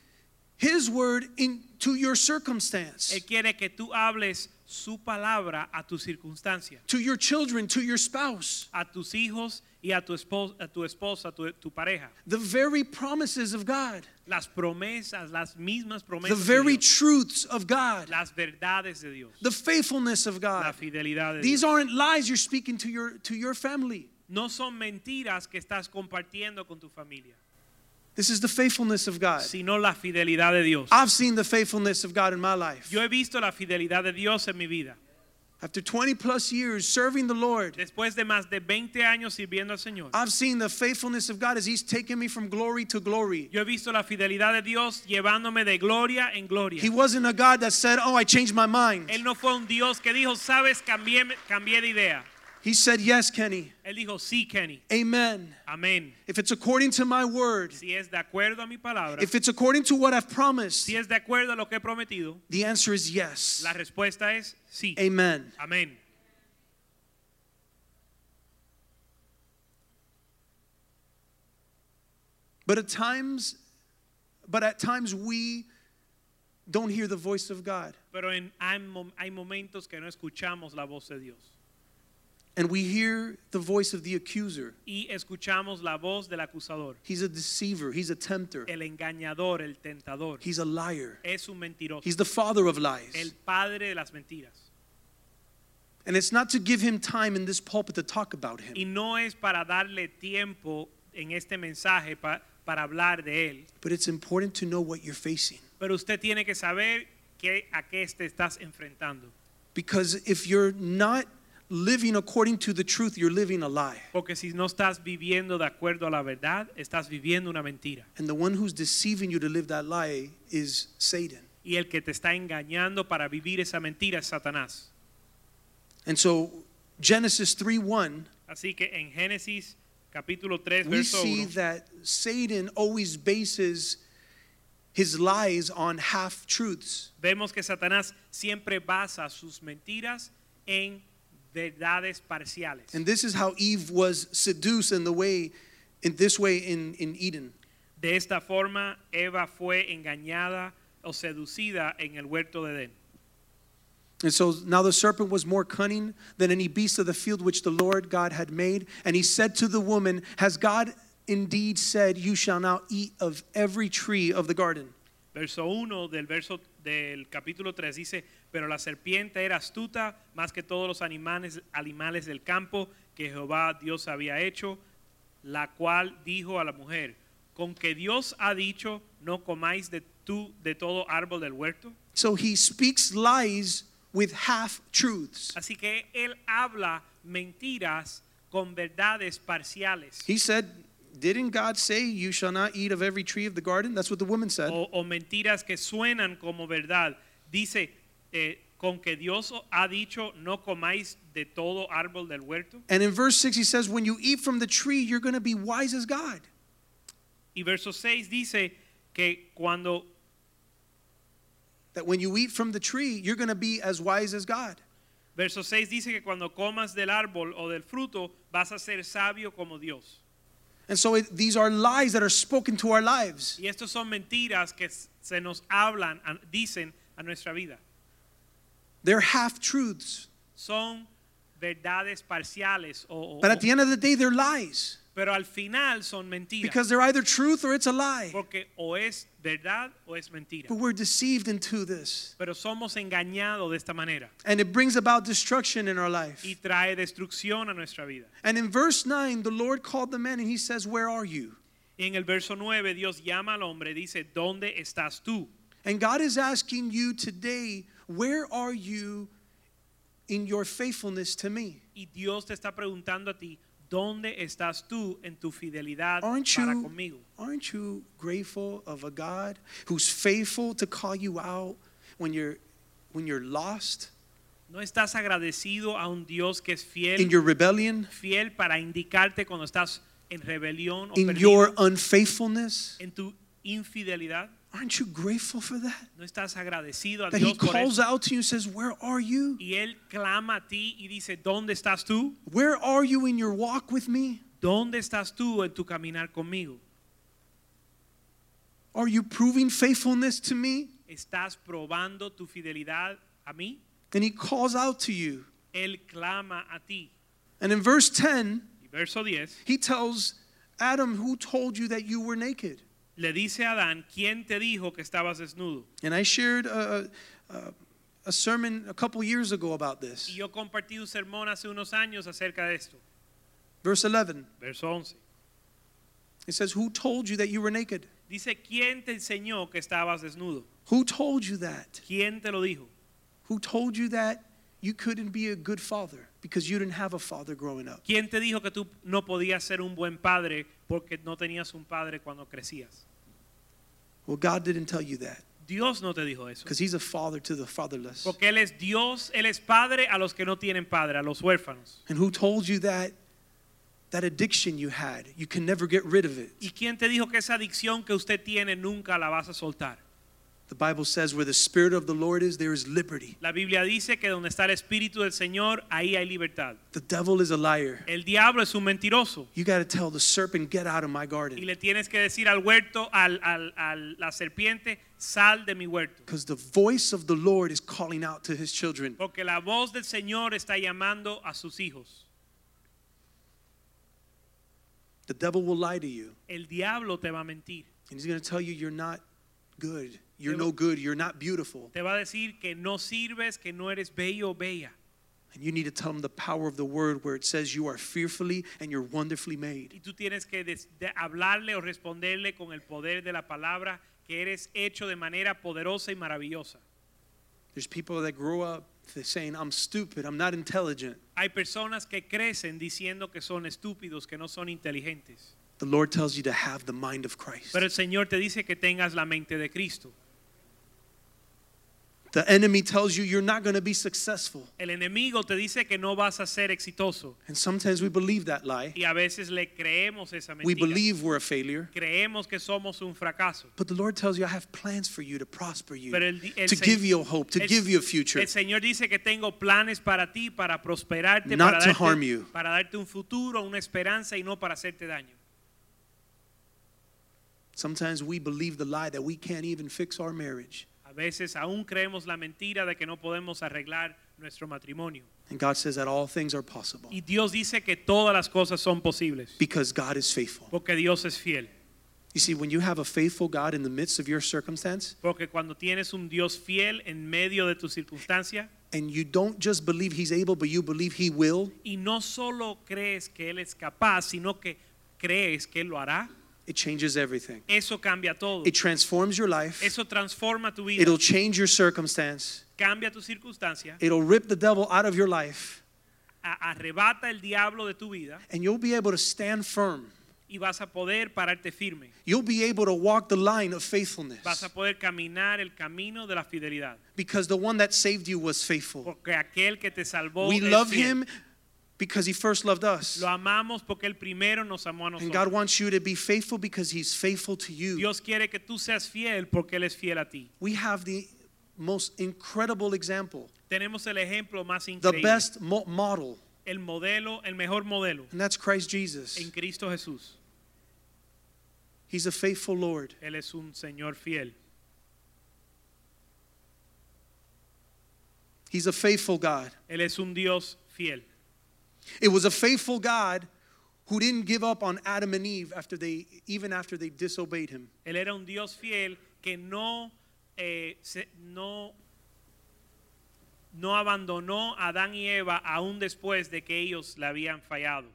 A: His word into your circumstance,
B: Él quiere que tú hables su palabra a tu circunstancia,
A: to your children, to your spouse.
B: a tus hijos y a tu esposa, a tu, esposa, tu, tu pareja.
A: The very promises of God,
B: Las promesas, las mismas
A: the
B: promesas, de
A: very
B: Dios,
A: truths of God,
B: las verdades de Dios,
A: the faithfulness of
B: la
A: God.
B: fidelidad de
A: These
B: Dios.
A: aren't lies you're speaking to your to your family.
B: No son mentiras que estás compartiendo con tu familia,
A: This is the faithfulness of God.
B: sino la fidelidad de Dios.
A: I've seen the faithfulness of God in my life.
B: Yo he visto la fidelidad de Dios en mi vida.
A: After 20 plus years serving the Lord,
B: Después de más de 20 años sirviendo al Señor,
A: I've seen the faithfulness of God as He's taken me from glory to glory.
B: Yo he visto la fidelidad de Dios llevándome de gloria en gloria.
A: He wasn't a God that said, Oh, I changed my mind.
B: Él no fue un Dios que dijo, sabes, cambié, cambié de idea.
A: He said, Yes, Kenny.
B: Él dijo, sí, Kenny,
A: Amen.
B: amén.
A: If it's according to my word,
B: Si es de acuerdo a mi palabra,
A: if it's according to what I've promised,
B: si es de acuerdo a lo que he prometido,
A: the answer is yes.
B: la respuesta es sí,
A: Amen.
B: amén.
A: But at times, but at times we don't hear the voice of God
B: Pero en, hay, mom- hay momentos que no escuchamos la voz de Dios
A: and we hear the voice of the accuser.
B: y escuchamos la voz del acusador,
A: He's a deceiver, he's a tempter,
B: el engañador, el tentador.
A: he's a liar.
B: Es un mentiroso,
A: He's the father of lies.
B: el padre de las mentiras.
A: And it's not to give him time in this pulpit to talk about
B: Y
A: him,
B: no es para darle tiempo en este mensaje pa- para hablar de él,
A: but it's important to know what you're facing.
B: pero usted tiene que saber qué- a qué te estás enfrentando.
A: Because if you're not living according to the truth, you're living a lie.
B: Porque si no estás viviendo de acuerdo a la verdad, estás viviendo una mentira.
A: And the one who's deceiving you to live that lie is Satan.
B: Y el que te está engañando para vivir esa mentira es Satanás.
A: And so Genesis 3:1,
B: Así que en Génesis capítulo 3,
A: we
B: verso
A: see
B: 1,
A: that Satan always bases his lies on half truths.
B: vemos que Satanás siempre basa sus mentiras en verdades parciales.
A: And this is how Eve was seduced in the way in this way in, in Eden.
B: De esta forma, Eva fue engañada o seducida en el huerto de Edén.
A: And so now the serpent was more cunning than any beast of the field which the Lord God had made. And he said to the woman, Has God indeed said, You shall now eat of every tree of the garden?
B: Verso 1 del verso del capítulo 3 dice, pero la serpiente era astuta más que todos los animales, animales del campo que Jehová Dios había hecho, la cual dijo a la mujer, con que Dios ha dicho, no comáis de tú de todo árbol del huerto.
A: So he speaks lies with half truths.
B: Así que él habla mentiras con verdades parciales.
A: He said, Didn't God say, You shall not eat of every tree of the garden? That's what the woman said.
B: o, o mentiras que suenan como verdad. Dice, eh, con que Dios ha dicho, no comáis de todo árbol del huerto.
A: And in verse 6, he says, When you eat from the tree, you're going to be wise as God.
B: Y verso 6 dice que cuando,
A: That when you eat from the tree, you're going to be as wise as God.
B: verso 6 dice que cuando comas del árbol o del fruto, vas a ser sabio como Dios.
A: And so it, these are lies that are spoken to our lives.
B: Y estos son mentiras que s- se nos hablan, a- dicen a nuestra vida.
A: They're half truths.
B: Son verdades parciales o, o-
A: But at the end of the day, they're lies
B: pero al final son mentiras
A: because they're either truth or it's a lie.
B: porque o es verdad o es mentira
A: But we're deceived into this,
B: pero somos engañados de esta manera
A: and it brings about destruction in our
B: y
A: life.
B: trae destrucción a nuestra vida
A: And in verse 9, the Lord called the man and he says, Where are you?
B: y en el verso 9 Dios llama al hombre dice ¿dónde estás tú?
A: And God is asking you today, Where are you in your faithfulness to me?
B: y Dios te está preguntando a ti ¿dónde estás tú en tu fidelidad
A: Aren't
B: para
A: you-
B: conmigo?
A: Aren't you grateful of a God who's faithful to call you out when you're, when you're lost
B: ¿no estás agradecido a un Dios que es
A: in
B: fiel
A: your rebellion,
B: fiel para indicarte cuando estás en rebelión o
A: in
B: perdido,
A: your unfaithfulness?
B: en tu infidelidad?
A: Aren't you grateful for that?
B: ¿No estás agradecido a
A: That He
B: Dios por
A: calls
B: eso?
A: out to you and says, Where are you?
B: Y Él clama a ti y dice, ¿dónde estás tú?
A: Where are you in your walk with me?
B: ¿Dónde estás tú en tu caminar conmigo?
A: Are you proving faithfulness to me?
B: ¿Estás probando tu fidelidad a mí?
A: And He calls out to you.
B: Él clama a ti.
A: And in verse 10,
B: Y verso 10,
A: He tells Adam, Who told you that you were naked?
B: le dice a Adán, ¿quién te dijo que estabas desnudo?
A: And I shared a, a, a sermon a couple years ago about
B: Y
A: this.
B: yo compartí un sermón hace unos años acerca de esto.
A: Verse 11,
B: Verso 11.
A: it says, Who told you that you were naked?
B: Dice, ¿quién te enseñó que estabas desnudo?
A: Who told you that?
B: ¿Quién te lo dijo?
A: Who told you that you couldn't be a good father because you didn't have a father growing up?
B: ¿Quién te dijo que tú no podías ser un buen padre porque no tenías un padre cuando crecías?
A: Well, God didn't tell you that
B: Dios no te dijo eso.
A: because He's a father to the fatherless.
B: Porque Él es Dios, Él es padre a los que no tienen padre, a los huérfanos.
A: And who told you that that addiction you had, you can never get rid of it?
B: ¿Y quién te dijo que esa adicción que usted tiene nunca la vas a soltar?
A: The Bible says, Where the Spirit of the Lord is, there is liberty.
B: La Biblia dice que donde está el Espíritu del Señor, ahí hay libertad.
A: The devil is a liar.
B: El diablo es un mentiroso.
A: You got to tell the serpent, Get out of my
B: Y
A: garden.
B: le tienes que decir al huerto, al, al, a la serpiente, sal de mi huerto.
A: Because the voice of the Lord is calling out to His children.
B: Porque la voz del Señor está llamando a sus hijos.
A: The devil will lie to you.
B: El diablo te va a mentir.
A: And he's going to tell you you're not good. You're
B: Te va-
A: no good. You're not beautiful.
B: Te va a decir que no sirves, que no eres bello o bella.
A: And you need to tell him the power of the word where it says you are fearfully and you're wonderfully made.
B: Y tú tienes que des- de- hablarle o responderle con el poder de la palabra que eres hecho de manera poderosa y maravillosa.
A: There's people that grow up th- saying, I'm stupid. I'm not intelligent.
B: Hay personas que crecen diciendo que son estúpidos, que no son inteligentes.
A: The Lord tells you to have the mind of Christ.
B: Pero el Señor te dice que tengas la mente de Cristo.
A: The enemy tells you you're not going to be successful.
B: El enemigo te dice que no vas a ser exitoso.
A: And sometimes we believe that lie.
B: Y a veces le creemos esa
A: We
B: mentira.
A: believe we're a failure.
B: Creemos que somos un fracaso.
A: But the Lord tells you, I have plans for you to prosper you,
B: Pero el, di- el
A: to
B: Señor-
A: give you a hope, to
B: el-
A: give you a future.
B: El Señor dice que tengo planes para ti, para prosperarte,
A: Not
B: para,
A: to
B: darte,
A: harm you.
B: para darte un futuro, una esperanza y no para hacerte daño.
A: Sometimes we believe the lie that we can't even fix our marriage.
B: A veces aún creemos la mentira de que no podemos arreglar nuestro matrimonio.
A: And God says that all things are possible
B: Y Dios dice que todas las cosas son posibles,
A: because God is faithful.
B: porque Dios es fiel.
A: You see, when you have a faithful God in the midst of your circumstance,
B: Porque cuando tienes un Dios fiel en medio de tu circunstancia
A: and you don't just believe He's able, but you believe He will,
B: y no solo crees que Él es capaz, sino que crees que Él lo hará,
A: it changes everything.
B: eso cambia todo.
A: It transforms your life,
B: Eso transforma tu vida,
A: it'll change your circumstance,
B: cambia tu circunstancia.
A: it'll rip the devil out of your life,
B: a- arrebata el diablo de tu vida
A: and you'll be able to stand firm.
B: y vas a poder pararte firme.
A: You'll be able to walk the line of
B: Vas
A: faithfulness
B: a poder caminar el camino de la fidelidad.
A: because the one that saved you was faithful.
B: Porque aquel que te salvó
A: We
B: es
A: love
B: fiel.
A: Him because He first loved us.
B: Lo amamos porque él primero nos amó a
A: And God
B: nosotros.
A: wants you to be faithful because He's faithful to you.
B: Dios quiere que tú seas fiel porque él es fiel a ti.
A: We have the most incredible example,
B: Tenemos el ejemplo más
A: the
B: increíble,
A: best mo- model,
B: el modelo, el mejor modelo
A: and that's Christ Jesus.
B: en Cristo Jesús.
A: He's a faithful Lord.
B: Él es un Señor fiel.
A: He's a faithful God.
B: Él es un Dios fiel.
A: It was a faithful God who didn't give up on Adam and Eve after they even after they disobeyed him.
B: Él era un Dios fiel que no, eh, se- no, no abandonó a Adán y Eva aún después de que ellos le habían fallado.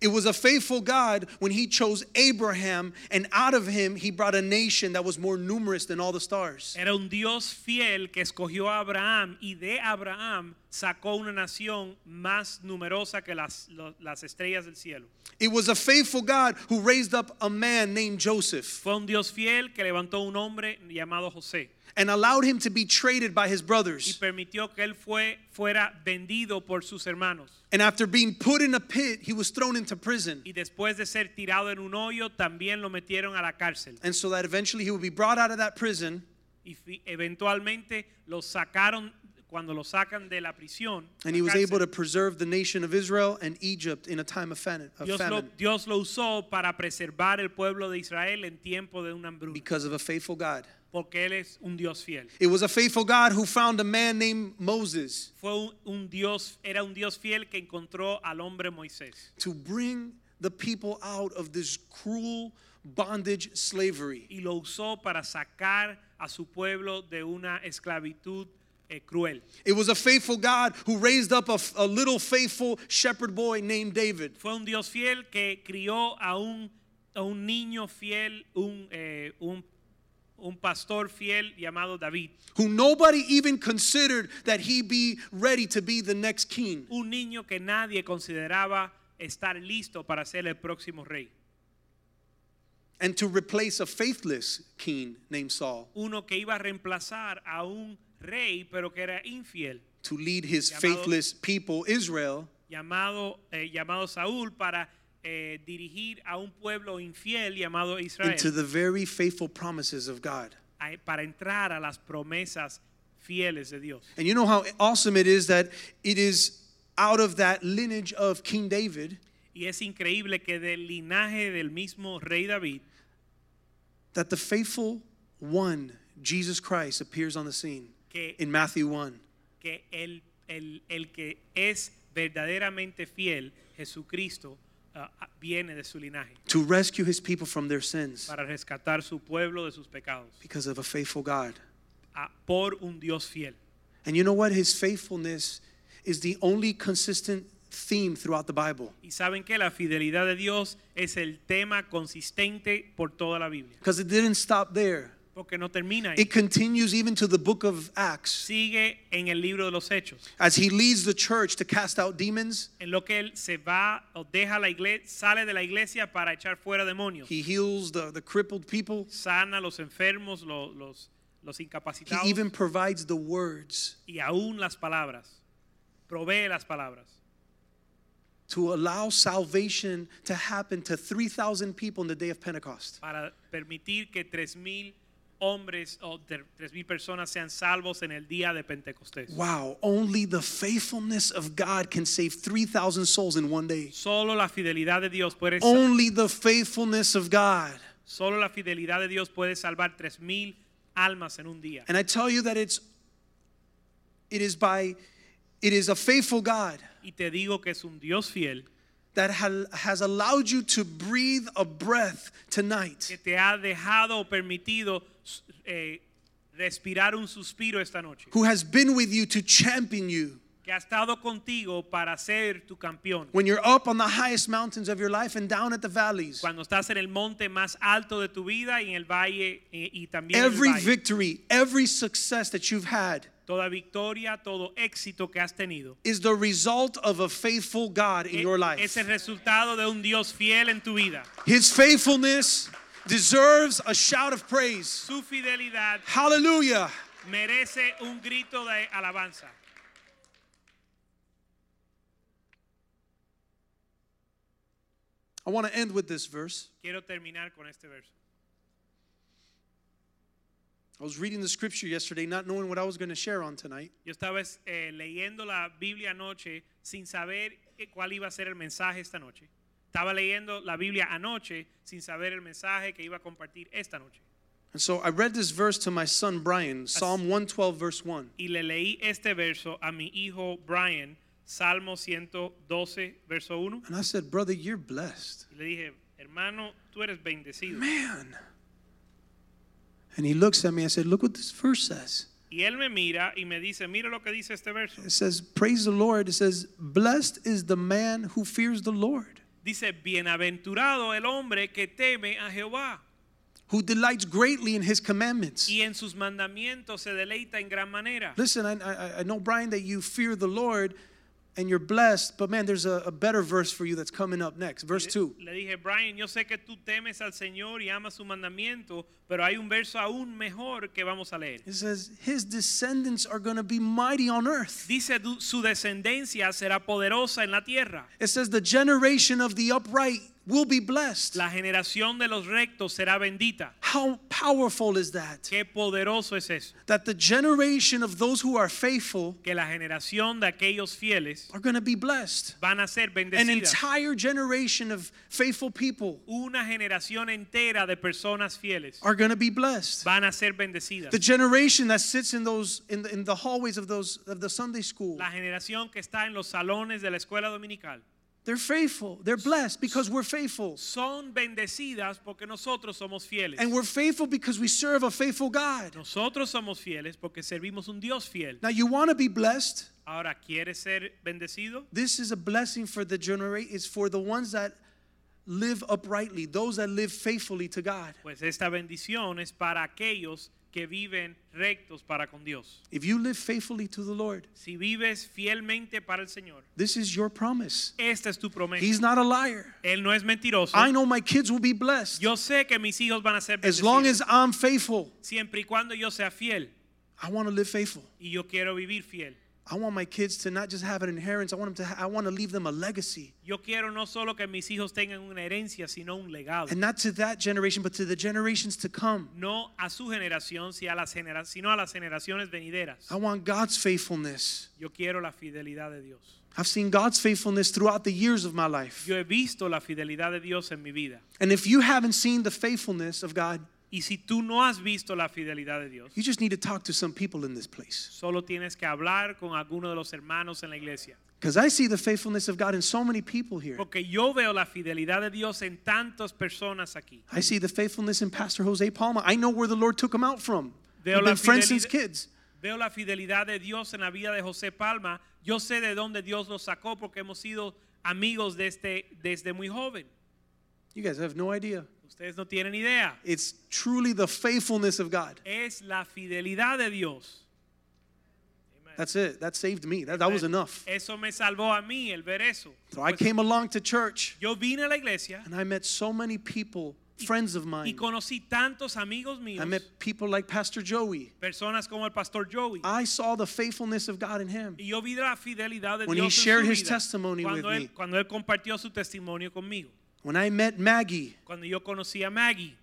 A: It was a faithful God when he chose Abraham and out of him he brought a nation that was more numerous than all the stars.
B: Era un Dios fiel que escogió a Abraham y de Abraham sacó una nación más numerosa que las, lo- las estrellas del cielo.
A: It was a faithful God who raised up a man named Joseph
B: Fue un Dios fiel que levantó un hombre llamado José
A: and allowed him to be traded by his
B: y
A: brothers.
B: permitió que él fue, fuera vendido por sus hermanos.
A: And after being put in a pit, he was thrown into prison.
B: Y después de ser tirado en un hoyo, también lo metieron a la cárcel.
A: And so that eventually he would be brought out of that prison
B: Y fi- eventualmente lo sacaron, cuando lo sacan de la prisión,
A: and
B: la
A: he was
B: cárcel,
A: able to preserve the nation of Israel and Egypt in a time of famine, of
B: Dios, lo,
A: famine
B: Dios lo usó para preservar el pueblo de Israel en tiempo de una hambruna.
A: because of a faithful God.
B: porque Él es un Dios fiel.
A: It was a faithful God who found a man named Moses
B: Fue un, un Dios, era un Dios fiel que encontró al hombre Moisés
A: to bring the people out of this cruel bondage slavery.
B: y lo usó para sacar a su pueblo de una esclavitud eh, cruel.
A: It was a faithful God who raised up a, a little faithful shepherd boy named David
B: Fue un Dios fiel que crió a un, a un niño fiel, un, eh, un, un pastor fiel llamado David.
A: who nobody even considered that he be ready to be the next king.
B: Un niño que nadie consideraba estar listo para ser el próximo rey.
A: and to replace a faithless king named Saul
B: Uno que iba a reemplazar a un rey, pero que era infiel.
A: to lead his
B: Llamado-
A: faithless people, Israel,
B: llamado, eh, llamado Saúl para eh, dirigir a un pueblo infiel llamado Israel
A: into the very faithful promises of God.
B: a- para entrar a las promesas fieles de Dios.
A: And you know how awesome it is that it is out of that lineage of King David
B: Y es increíble que del linaje del mismo rey David,
A: that the faithful one, Jesus Christ, appears on the scene
B: Que-
A: in Matthew 1.
B: que el, el- el que es verdaderamente fiel, Jesucristo, ah, ah, viene de su linaje
A: To rescue his people from their sins
B: para rescatar su pueblo de sus pecados
A: because of a faithful God.
B: ah, por un Dios fiel.
A: And you know what? His faithfulness is the only consistent theme throughout the Bible.
B: Y saben que la fidelidad de Dios es el tema consistente por toda la Biblia.
A: Because it didn't stop there.
B: Porque no termina ahí.
A: It continues even to the book of Acts
B: Sigue en el libro de los hechos.
A: as he leads the church to cast out demons.
B: En lo que él se va o deja la iglesia, sale de la iglesia para echar fuera demonios.
A: He heals the, the crippled people.
B: sana a los enfermos, lo- los, los
A: He
B: incapacitados.
A: even provides the words
B: y aún las palabras. Provee las palabras.
A: to allow salvation to happen to 3,000 people in the day of Pentecost.
B: Para permitir que tres mil hombres o tre- tres mil personas sean salvos en el día de Pentecostés.
A: Wow, only the faithfulness of God can save 3,000 souls in one day.
B: Solo la fidelidad de Dios puede sa-
A: Only the faithfulness of God.
B: solo la fidelidad de Dios puede salvar tres mil almas en un día.
A: And I tell you that it's it is by it is a faithful God
B: Y te digo que es un Dios fiel
A: that ha- has allowed you to breathe a breath
B: que
A: tonight.
B: te ha dejado o permitido eh, respirar un suspiro esta noche,
A: Who has been with you to champion you
B: que ha estado contigo para ser tu campeón.
A: when you're up on the highest mountains of your life and down at the valleys.
B: Cuando estás en el monte más alto de tu vida y en el valle eh, y también en el
A: Every
B: valle.
A: victory, every success that you've had
B: toda victoria, todo éxito que has tenido
A: is the result of a faithful God in
B: eh,
A: your
B: es
A: life.
B: el resultado de un Dios fiel en tu vida.
A: His faithfulness deserves a shout of praise.
B: Su fidelidad
A: Hallelujah.
B: merece un grito de alabanza.
A: I want to end with this verse.
B: Quiero terminar con este verso.
A: I was reading the scripture yesterday, not knowing what I was going to share on tonight.
B: Yo estaba eh, leyendo la Biblia anoche sin saber eh, cuál iba a ser el mensaje esta noche. Estaba leyendo la Biblia anoche sin saber el mensaje que iba a compartir esta noche.
A: And so I read this verse to my son Brian, Psalm 112, verse 1.
B: Y le leí este verso a mi hijo Brian, Salmo 112, verso 1.
A: And I said, Brother, you're blessed.
B: Y le dije, hermano, tú eres bendecido.
A: Man. And he looks at me. I said, Look what this verse says.
B: Y él me mira y me dice, mira lo que dice este verso.
A: It says, Praise the Lord. It says, Blessed is the man who fears the Lord,
B: Dice, bienaventurado el hombre que teme a Jehová
A: who delights greatly in his commandments.
B: y en sus mandamientos se deleita en gran manera.
A: Listen, I, I, I know, Brian, that you fear the Lord and you're blessed, but man, there's a, a better verse for you that's coming up next. Verse 2.
B: Le dije, Brian, yo sé que tú temes al Señor y amas su mandamiento, pero hay un verso aún mejor que vamos a leer.
A: It says, His descendants are going to be mighty on earth.
B: Dice, "Du- su descendencia será poderosa en la tierra.
A: It says, The generation of the upright will be blessed.
B: La generación de los rectos será bendita.
A: How powerful is that?
B: Qué poderoso es eso.
A: That the generation of those who are faithful
B: Que la generación de aquellos fieles
A: are going to be blessed.
B: van a ser
A: An
B: bendecidas.
A: entire generation of faithful people
B: Una generación entera de personas fieles
A: are going to be blessed.
B: van a ser bendecidas.
A: The generation that sits in those in the, in the hallways of those of the Sunday school,
B: La generación que está en los salones de la escuela dominical
A: they're faithful. They're blessed because we're faithful.
B: son bendecidas porque nosotros somos fieles.
A: And we're faithful because we serve a faithful God.
B: Nosotros somos fieles porque servimos un Dios fiel.
A: Now you want to be blessed.
B: Ahora, ¿quieres ser bendecido?
A: This is a blessing for the generate is for the ones that live uprightly, those that live faithfully to God.
B: Pues esta bendición es para aquellos que viven rectos para con Dios.
A: If you live faithfully to the Lord,
B: Si vives fielmente para el Señor,
A: this is your promise.
B: esta es tu promesa.
A: He's not a liar.
B: Él no es mentiroso.
A: I know my kids will be blessed
B: Yo sé que mis hijos van a ser
A: as long
B: bendecidos
A: as I'm faithful.
B: siempre y cuando yo sea fiel
A: I want to live faithful.
B: y yo quiero vivir fiel.
A: I want my kids to not just have an inheritance. I want them to. Ha- I want to leave them a legacy,
B: Yo quiero no solo que mis hijos tengan una herencia, sino un legado.
A: and not to that generation, but to the generations to come.
B: No a su generación, si a las genera- sino a las generaciones venideras.
A: I want God's faithfulness.
B: Yo quiero la fidelidad de Dios.
A: I've seen God's faithfulness throughout the years of my life.
B: Yo he visto la fidelidad de Dios en mi vida.
A: And if you haven't seen the faithfulness of God,
B: Y si tú no has visto la fidelidad de Dios,
A: you just need to talk to some people in this place.
B: solo tienes que hablar con alguno de los hermanos en la iglesia.
A: Because I see the faithfulness of God in so many people here.
B: Porque yo veo la fidelidad de Dios en tantas personas aquí.
A: I see the faithfulness in Pastor Jose Palma. I know where the Lord took him out from.
B: Veo
A: We've
B: la
A: been friends since
B: fidelidad-
A: kids.
B: Veo la fidelidad de Dios en la vida de José Palma. Yo sé de dónde Dios lo sacó porque hemos sido amigos desde, desde muy joven.
A: You guys have no idea.
B: Ustedes no tienen idea.
A: It's truly the faithfulness of God.
B: Es la fidelidad de Dios.
A: That's it. That saved me. That, that was enough.
B: Eso me salvó a mí el ver eso.
A: So I
B: Pues,
A: came along to church
B: yo vine a la iglesia
A: and I met so many people, friends of
B: y
A: mine.
B: conocí tantos amigos
A: I
B: míos,
A: met people like Pastor Joey.
B: personas como el pastor Joey.
A: I saw the faithfulness of God in him.
B: Y yo vi la fidelidad de
A: When he
B: Dios en
A: shared
B: su
A: his
B: vida.
A: testimony
B: cuando,
A: with
B: él,
A: me.
B: cuando él compartió su testimonio conmigo.
A: When I met Maggie,
B: Cuando yo conocí a Maggie,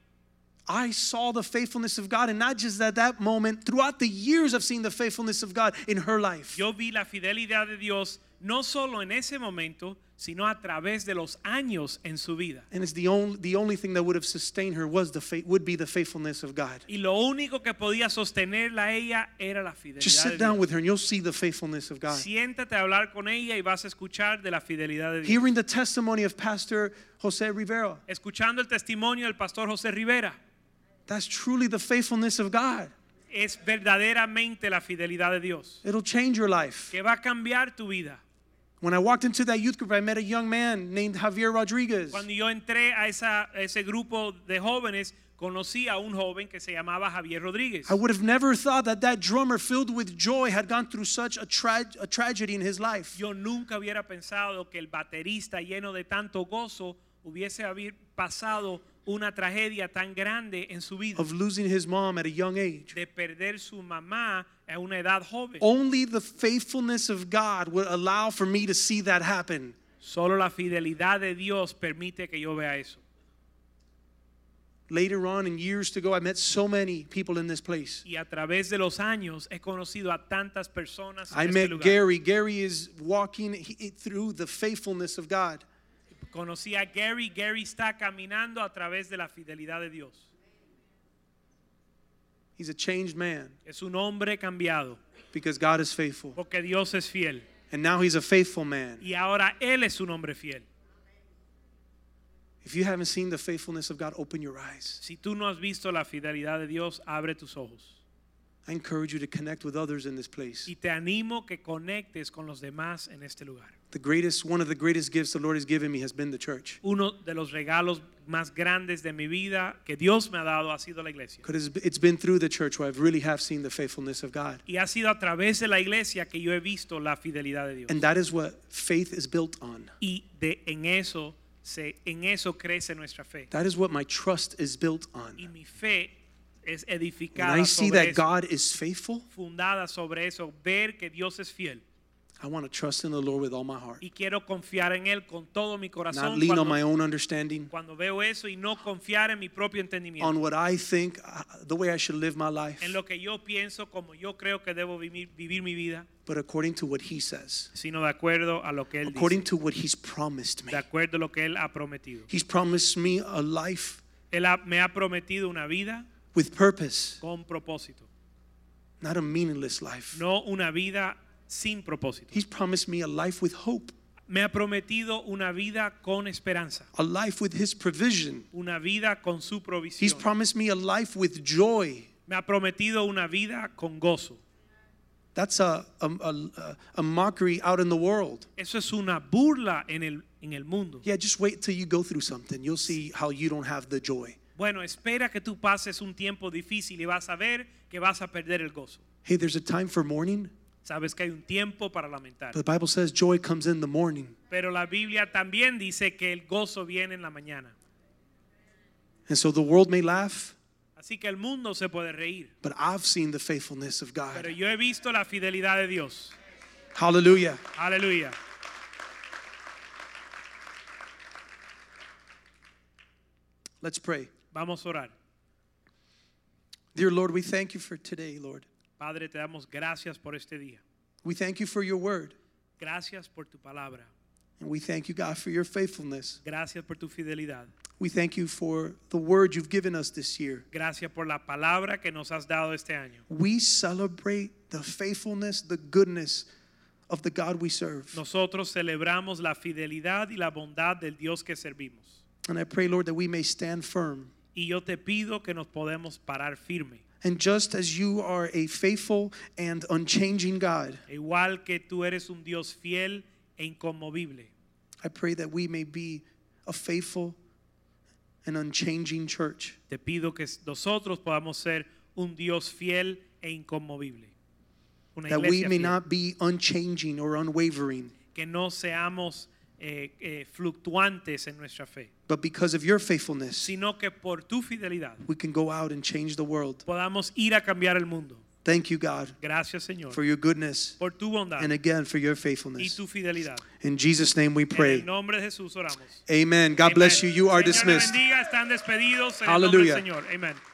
A: I saw the faithfulness of God. And not just at that moment, throughout the years, I've seen the faithfulness of God in her life.
B: yo vi la fidelidad de Dios no solo en ese momento, sino a través de los años en su vida.
A: And it's the only, the only thing that would have sustained her was the faith, would be the faithfulness of God.
B: Y lo único que podía sostenerla a ella era la fidelidad
A: Just sit
B: de Dios.
A: down with her and you'll see the faithfulness of God.
B: Siéntate a hablar con ella y vas a escuchar de la fidelidad de Dios.
A: Hearing the testimony of Pastor Jose Rivera,
B: Escuchando el testimonio del pastor José Rivera,
A: that's truly the faithfulness of God.
B: es verdaderamente la fidelidad de Dios,
A: It'll change your life.
B: que va a cambiar tu vida.
A: When I walked into that youth group, I met a young man named Javier Rodriguez.
B: Cuando yo entré a, esa- a ese grupo de jóvenes, conocí a un joven que se llamaba Javier Rodríguez.
A: I would have never thought that that drummer filled with joy had gone through such a, tra- a tragedy in his life.
B: Yo nunca hubiera pensado que el baterista lleno de tanto gozo hubiese haber pasado una tragedia tan grande en su vida,
A: of losing his mom at a young age.
B: de perder su mamá a una edad joven.
A: Only the faithfulness of God would allow for me to see that happen.
B: Solo la fidelidad de Dios permite que yo vea eso.
A: Later on, in years to go, I met so many people in this place.
B: Y a través de los años he conocido a tantas personas. En
A: I
B: este
A: met
B: lugar.
A: Gary. Gary is walking he- through the faithfulness of God.
B: Conocí a Gary. Gary está caminando a través de la fidelidad de Dios.
A: He's a changed man
B: Es un hombre cambiado
A: because God is faithful.
B: porque Dios es fiel.
A: And now he's a faithful man.
B: y ahora él es un hombre fiel.
A: If you haven't seen the faithfulness of God, open your eyes.
B: Si tú no has visto la fidelidad de Dios, abre tus ojos.
A: I encourage you to connect with others in this place.
B: Y te animo que conectes con los demás en este lugar.
A: The greatest, one of the greatest gifts the Lord has given me has been the church.
B: Uno de los regalos más grandes de mi vida que Dios me ha dado ha sido la iglesia.
A: Because it's been through the church where I really have seen the faithfulness of God.
B: Y ha sido a través de la iglesia que yo he visto la fidelidad de Dios.
A: And that is what faith is built on.
B: Y de, en, eso se, en eso crece nuestra fe.
A: That is what my trust is built
B: Y
A: on.
B: mi fe es
A: When
B: edificada
A: I see
B: sobre
A: that
B: eso,
A: God is faithful,
B: fundada sobre eso, ver que Dios es fiel.
A: I want to trust in the Lord with all my heart.
B: Y quiero confiar en Él con todo mi
A: Not
B: corazón.
A: lean on
B: cuando-
A: my own understanding,
B: cuando veo eso y no confiar en mi propio entendimiento,
A: on what I think, uh, the way I should live my life,
B: en lo que yo pienso, como yo creo que debo vivir, vivir mi vida,
A: but according to what He says,
B: sino de acuerdo a lo que Él
A: according
B: dice,
A: to what He's promised me.
B: de acuerdo a lo que Él ha prometido.
A: He's promised me a life
B: Él ha- me ha prometido una vida
A: with purpose,
B: con propósito,
A: not a meaningless life.
B: no una vida sin propósito.
A: He's promised me a life with hope,
B: Me ha prometido una vida con esperanza,
A: a life with His provision.
B: una vida con su
A: He's
B: provisión.
A: promised me a life with joy.
B: Me ha prometido una vida con gozo.
A: That's a, a, a, a mockery out in the world.
B: Eso es una burla en el, en el mundo.
A: Yeah, just wait till you go through something. You'll see how you don't have the joy.
B: Bueno, espera que tú pases un tiempo difícil y vas a ver que vas a perder el gozo.
A: Hey, there's a time for mourning,
B: Sabes que hay un tiempo para lamentar.
A: but the Bible says joy comes in the morning.
B: Pero la Biblia también dice que el gozo viene en la mañana.
A: And so the world may laugh,
B: Así que el mundo se puede reír.
A: but I've seen the faithfulness of
B: Pero
A: God.
B: yo he visto la fidelidad de Dios.
A: Hallelujah.
B: Aleluya.
A: Let's pray.
B: Vamos a orar.
A: Dear Lord, we thank you for today, Lord.
B: Padre, te damos gracias por este día.
A: We thank you for your word.
B: Gracias por tu palabra.
A: And we thank you, God, for your faithfulness.
B: Gracias por tu fidelidad.
A: We thank you for the word you've given us this year.
B: Gracias por la palabra que nos has dado este año.
A: We celebrate the faithfulness, the goodness of the God we serve.
B: Nosotros celebramos la fidelidad y la bondad del Dios que servimos.
A: And I pray, Lord, that we may stand firm.
B: Y yo te pido que nos podemos parar firme.
A: And just as you are a faithful and unchanging God,
B: Igual que tú eres un Dios fiel e inconmovible.
A: I pray that we may be a faithful and unchanging church.
B: Te pido que nosotros podamos ser un Dios fiel e inconmovible. Una
A: That we
B: iglesia
A: may
B: fiel.
A: not be unchanging or unwavering,
B: que no seamos eh, eh, fluctuantes en nuestra fe,
A: but because of your faithfulness,
B: sino que por tu fidelidad
A: we can go out and change the world.
B: podamos ir a cambiar el mundo.
A: Thank you, God,
B: Gracias Señor
A: for your goodness
B: por tu bondad
A: and again for your
B: y
A: faithfulness.
B: tu fidelidad.
A: In Jesus' name we
B: En
A: pray.
B: el nombre de Jesús oramos.
A: Amen. God bless you.
B: Amen.
A: You are
B: Señor le
A: dismissed.
B: bendiga, están despedidos en el nombre del
A: Hallelujah.
B: Señor. Amén.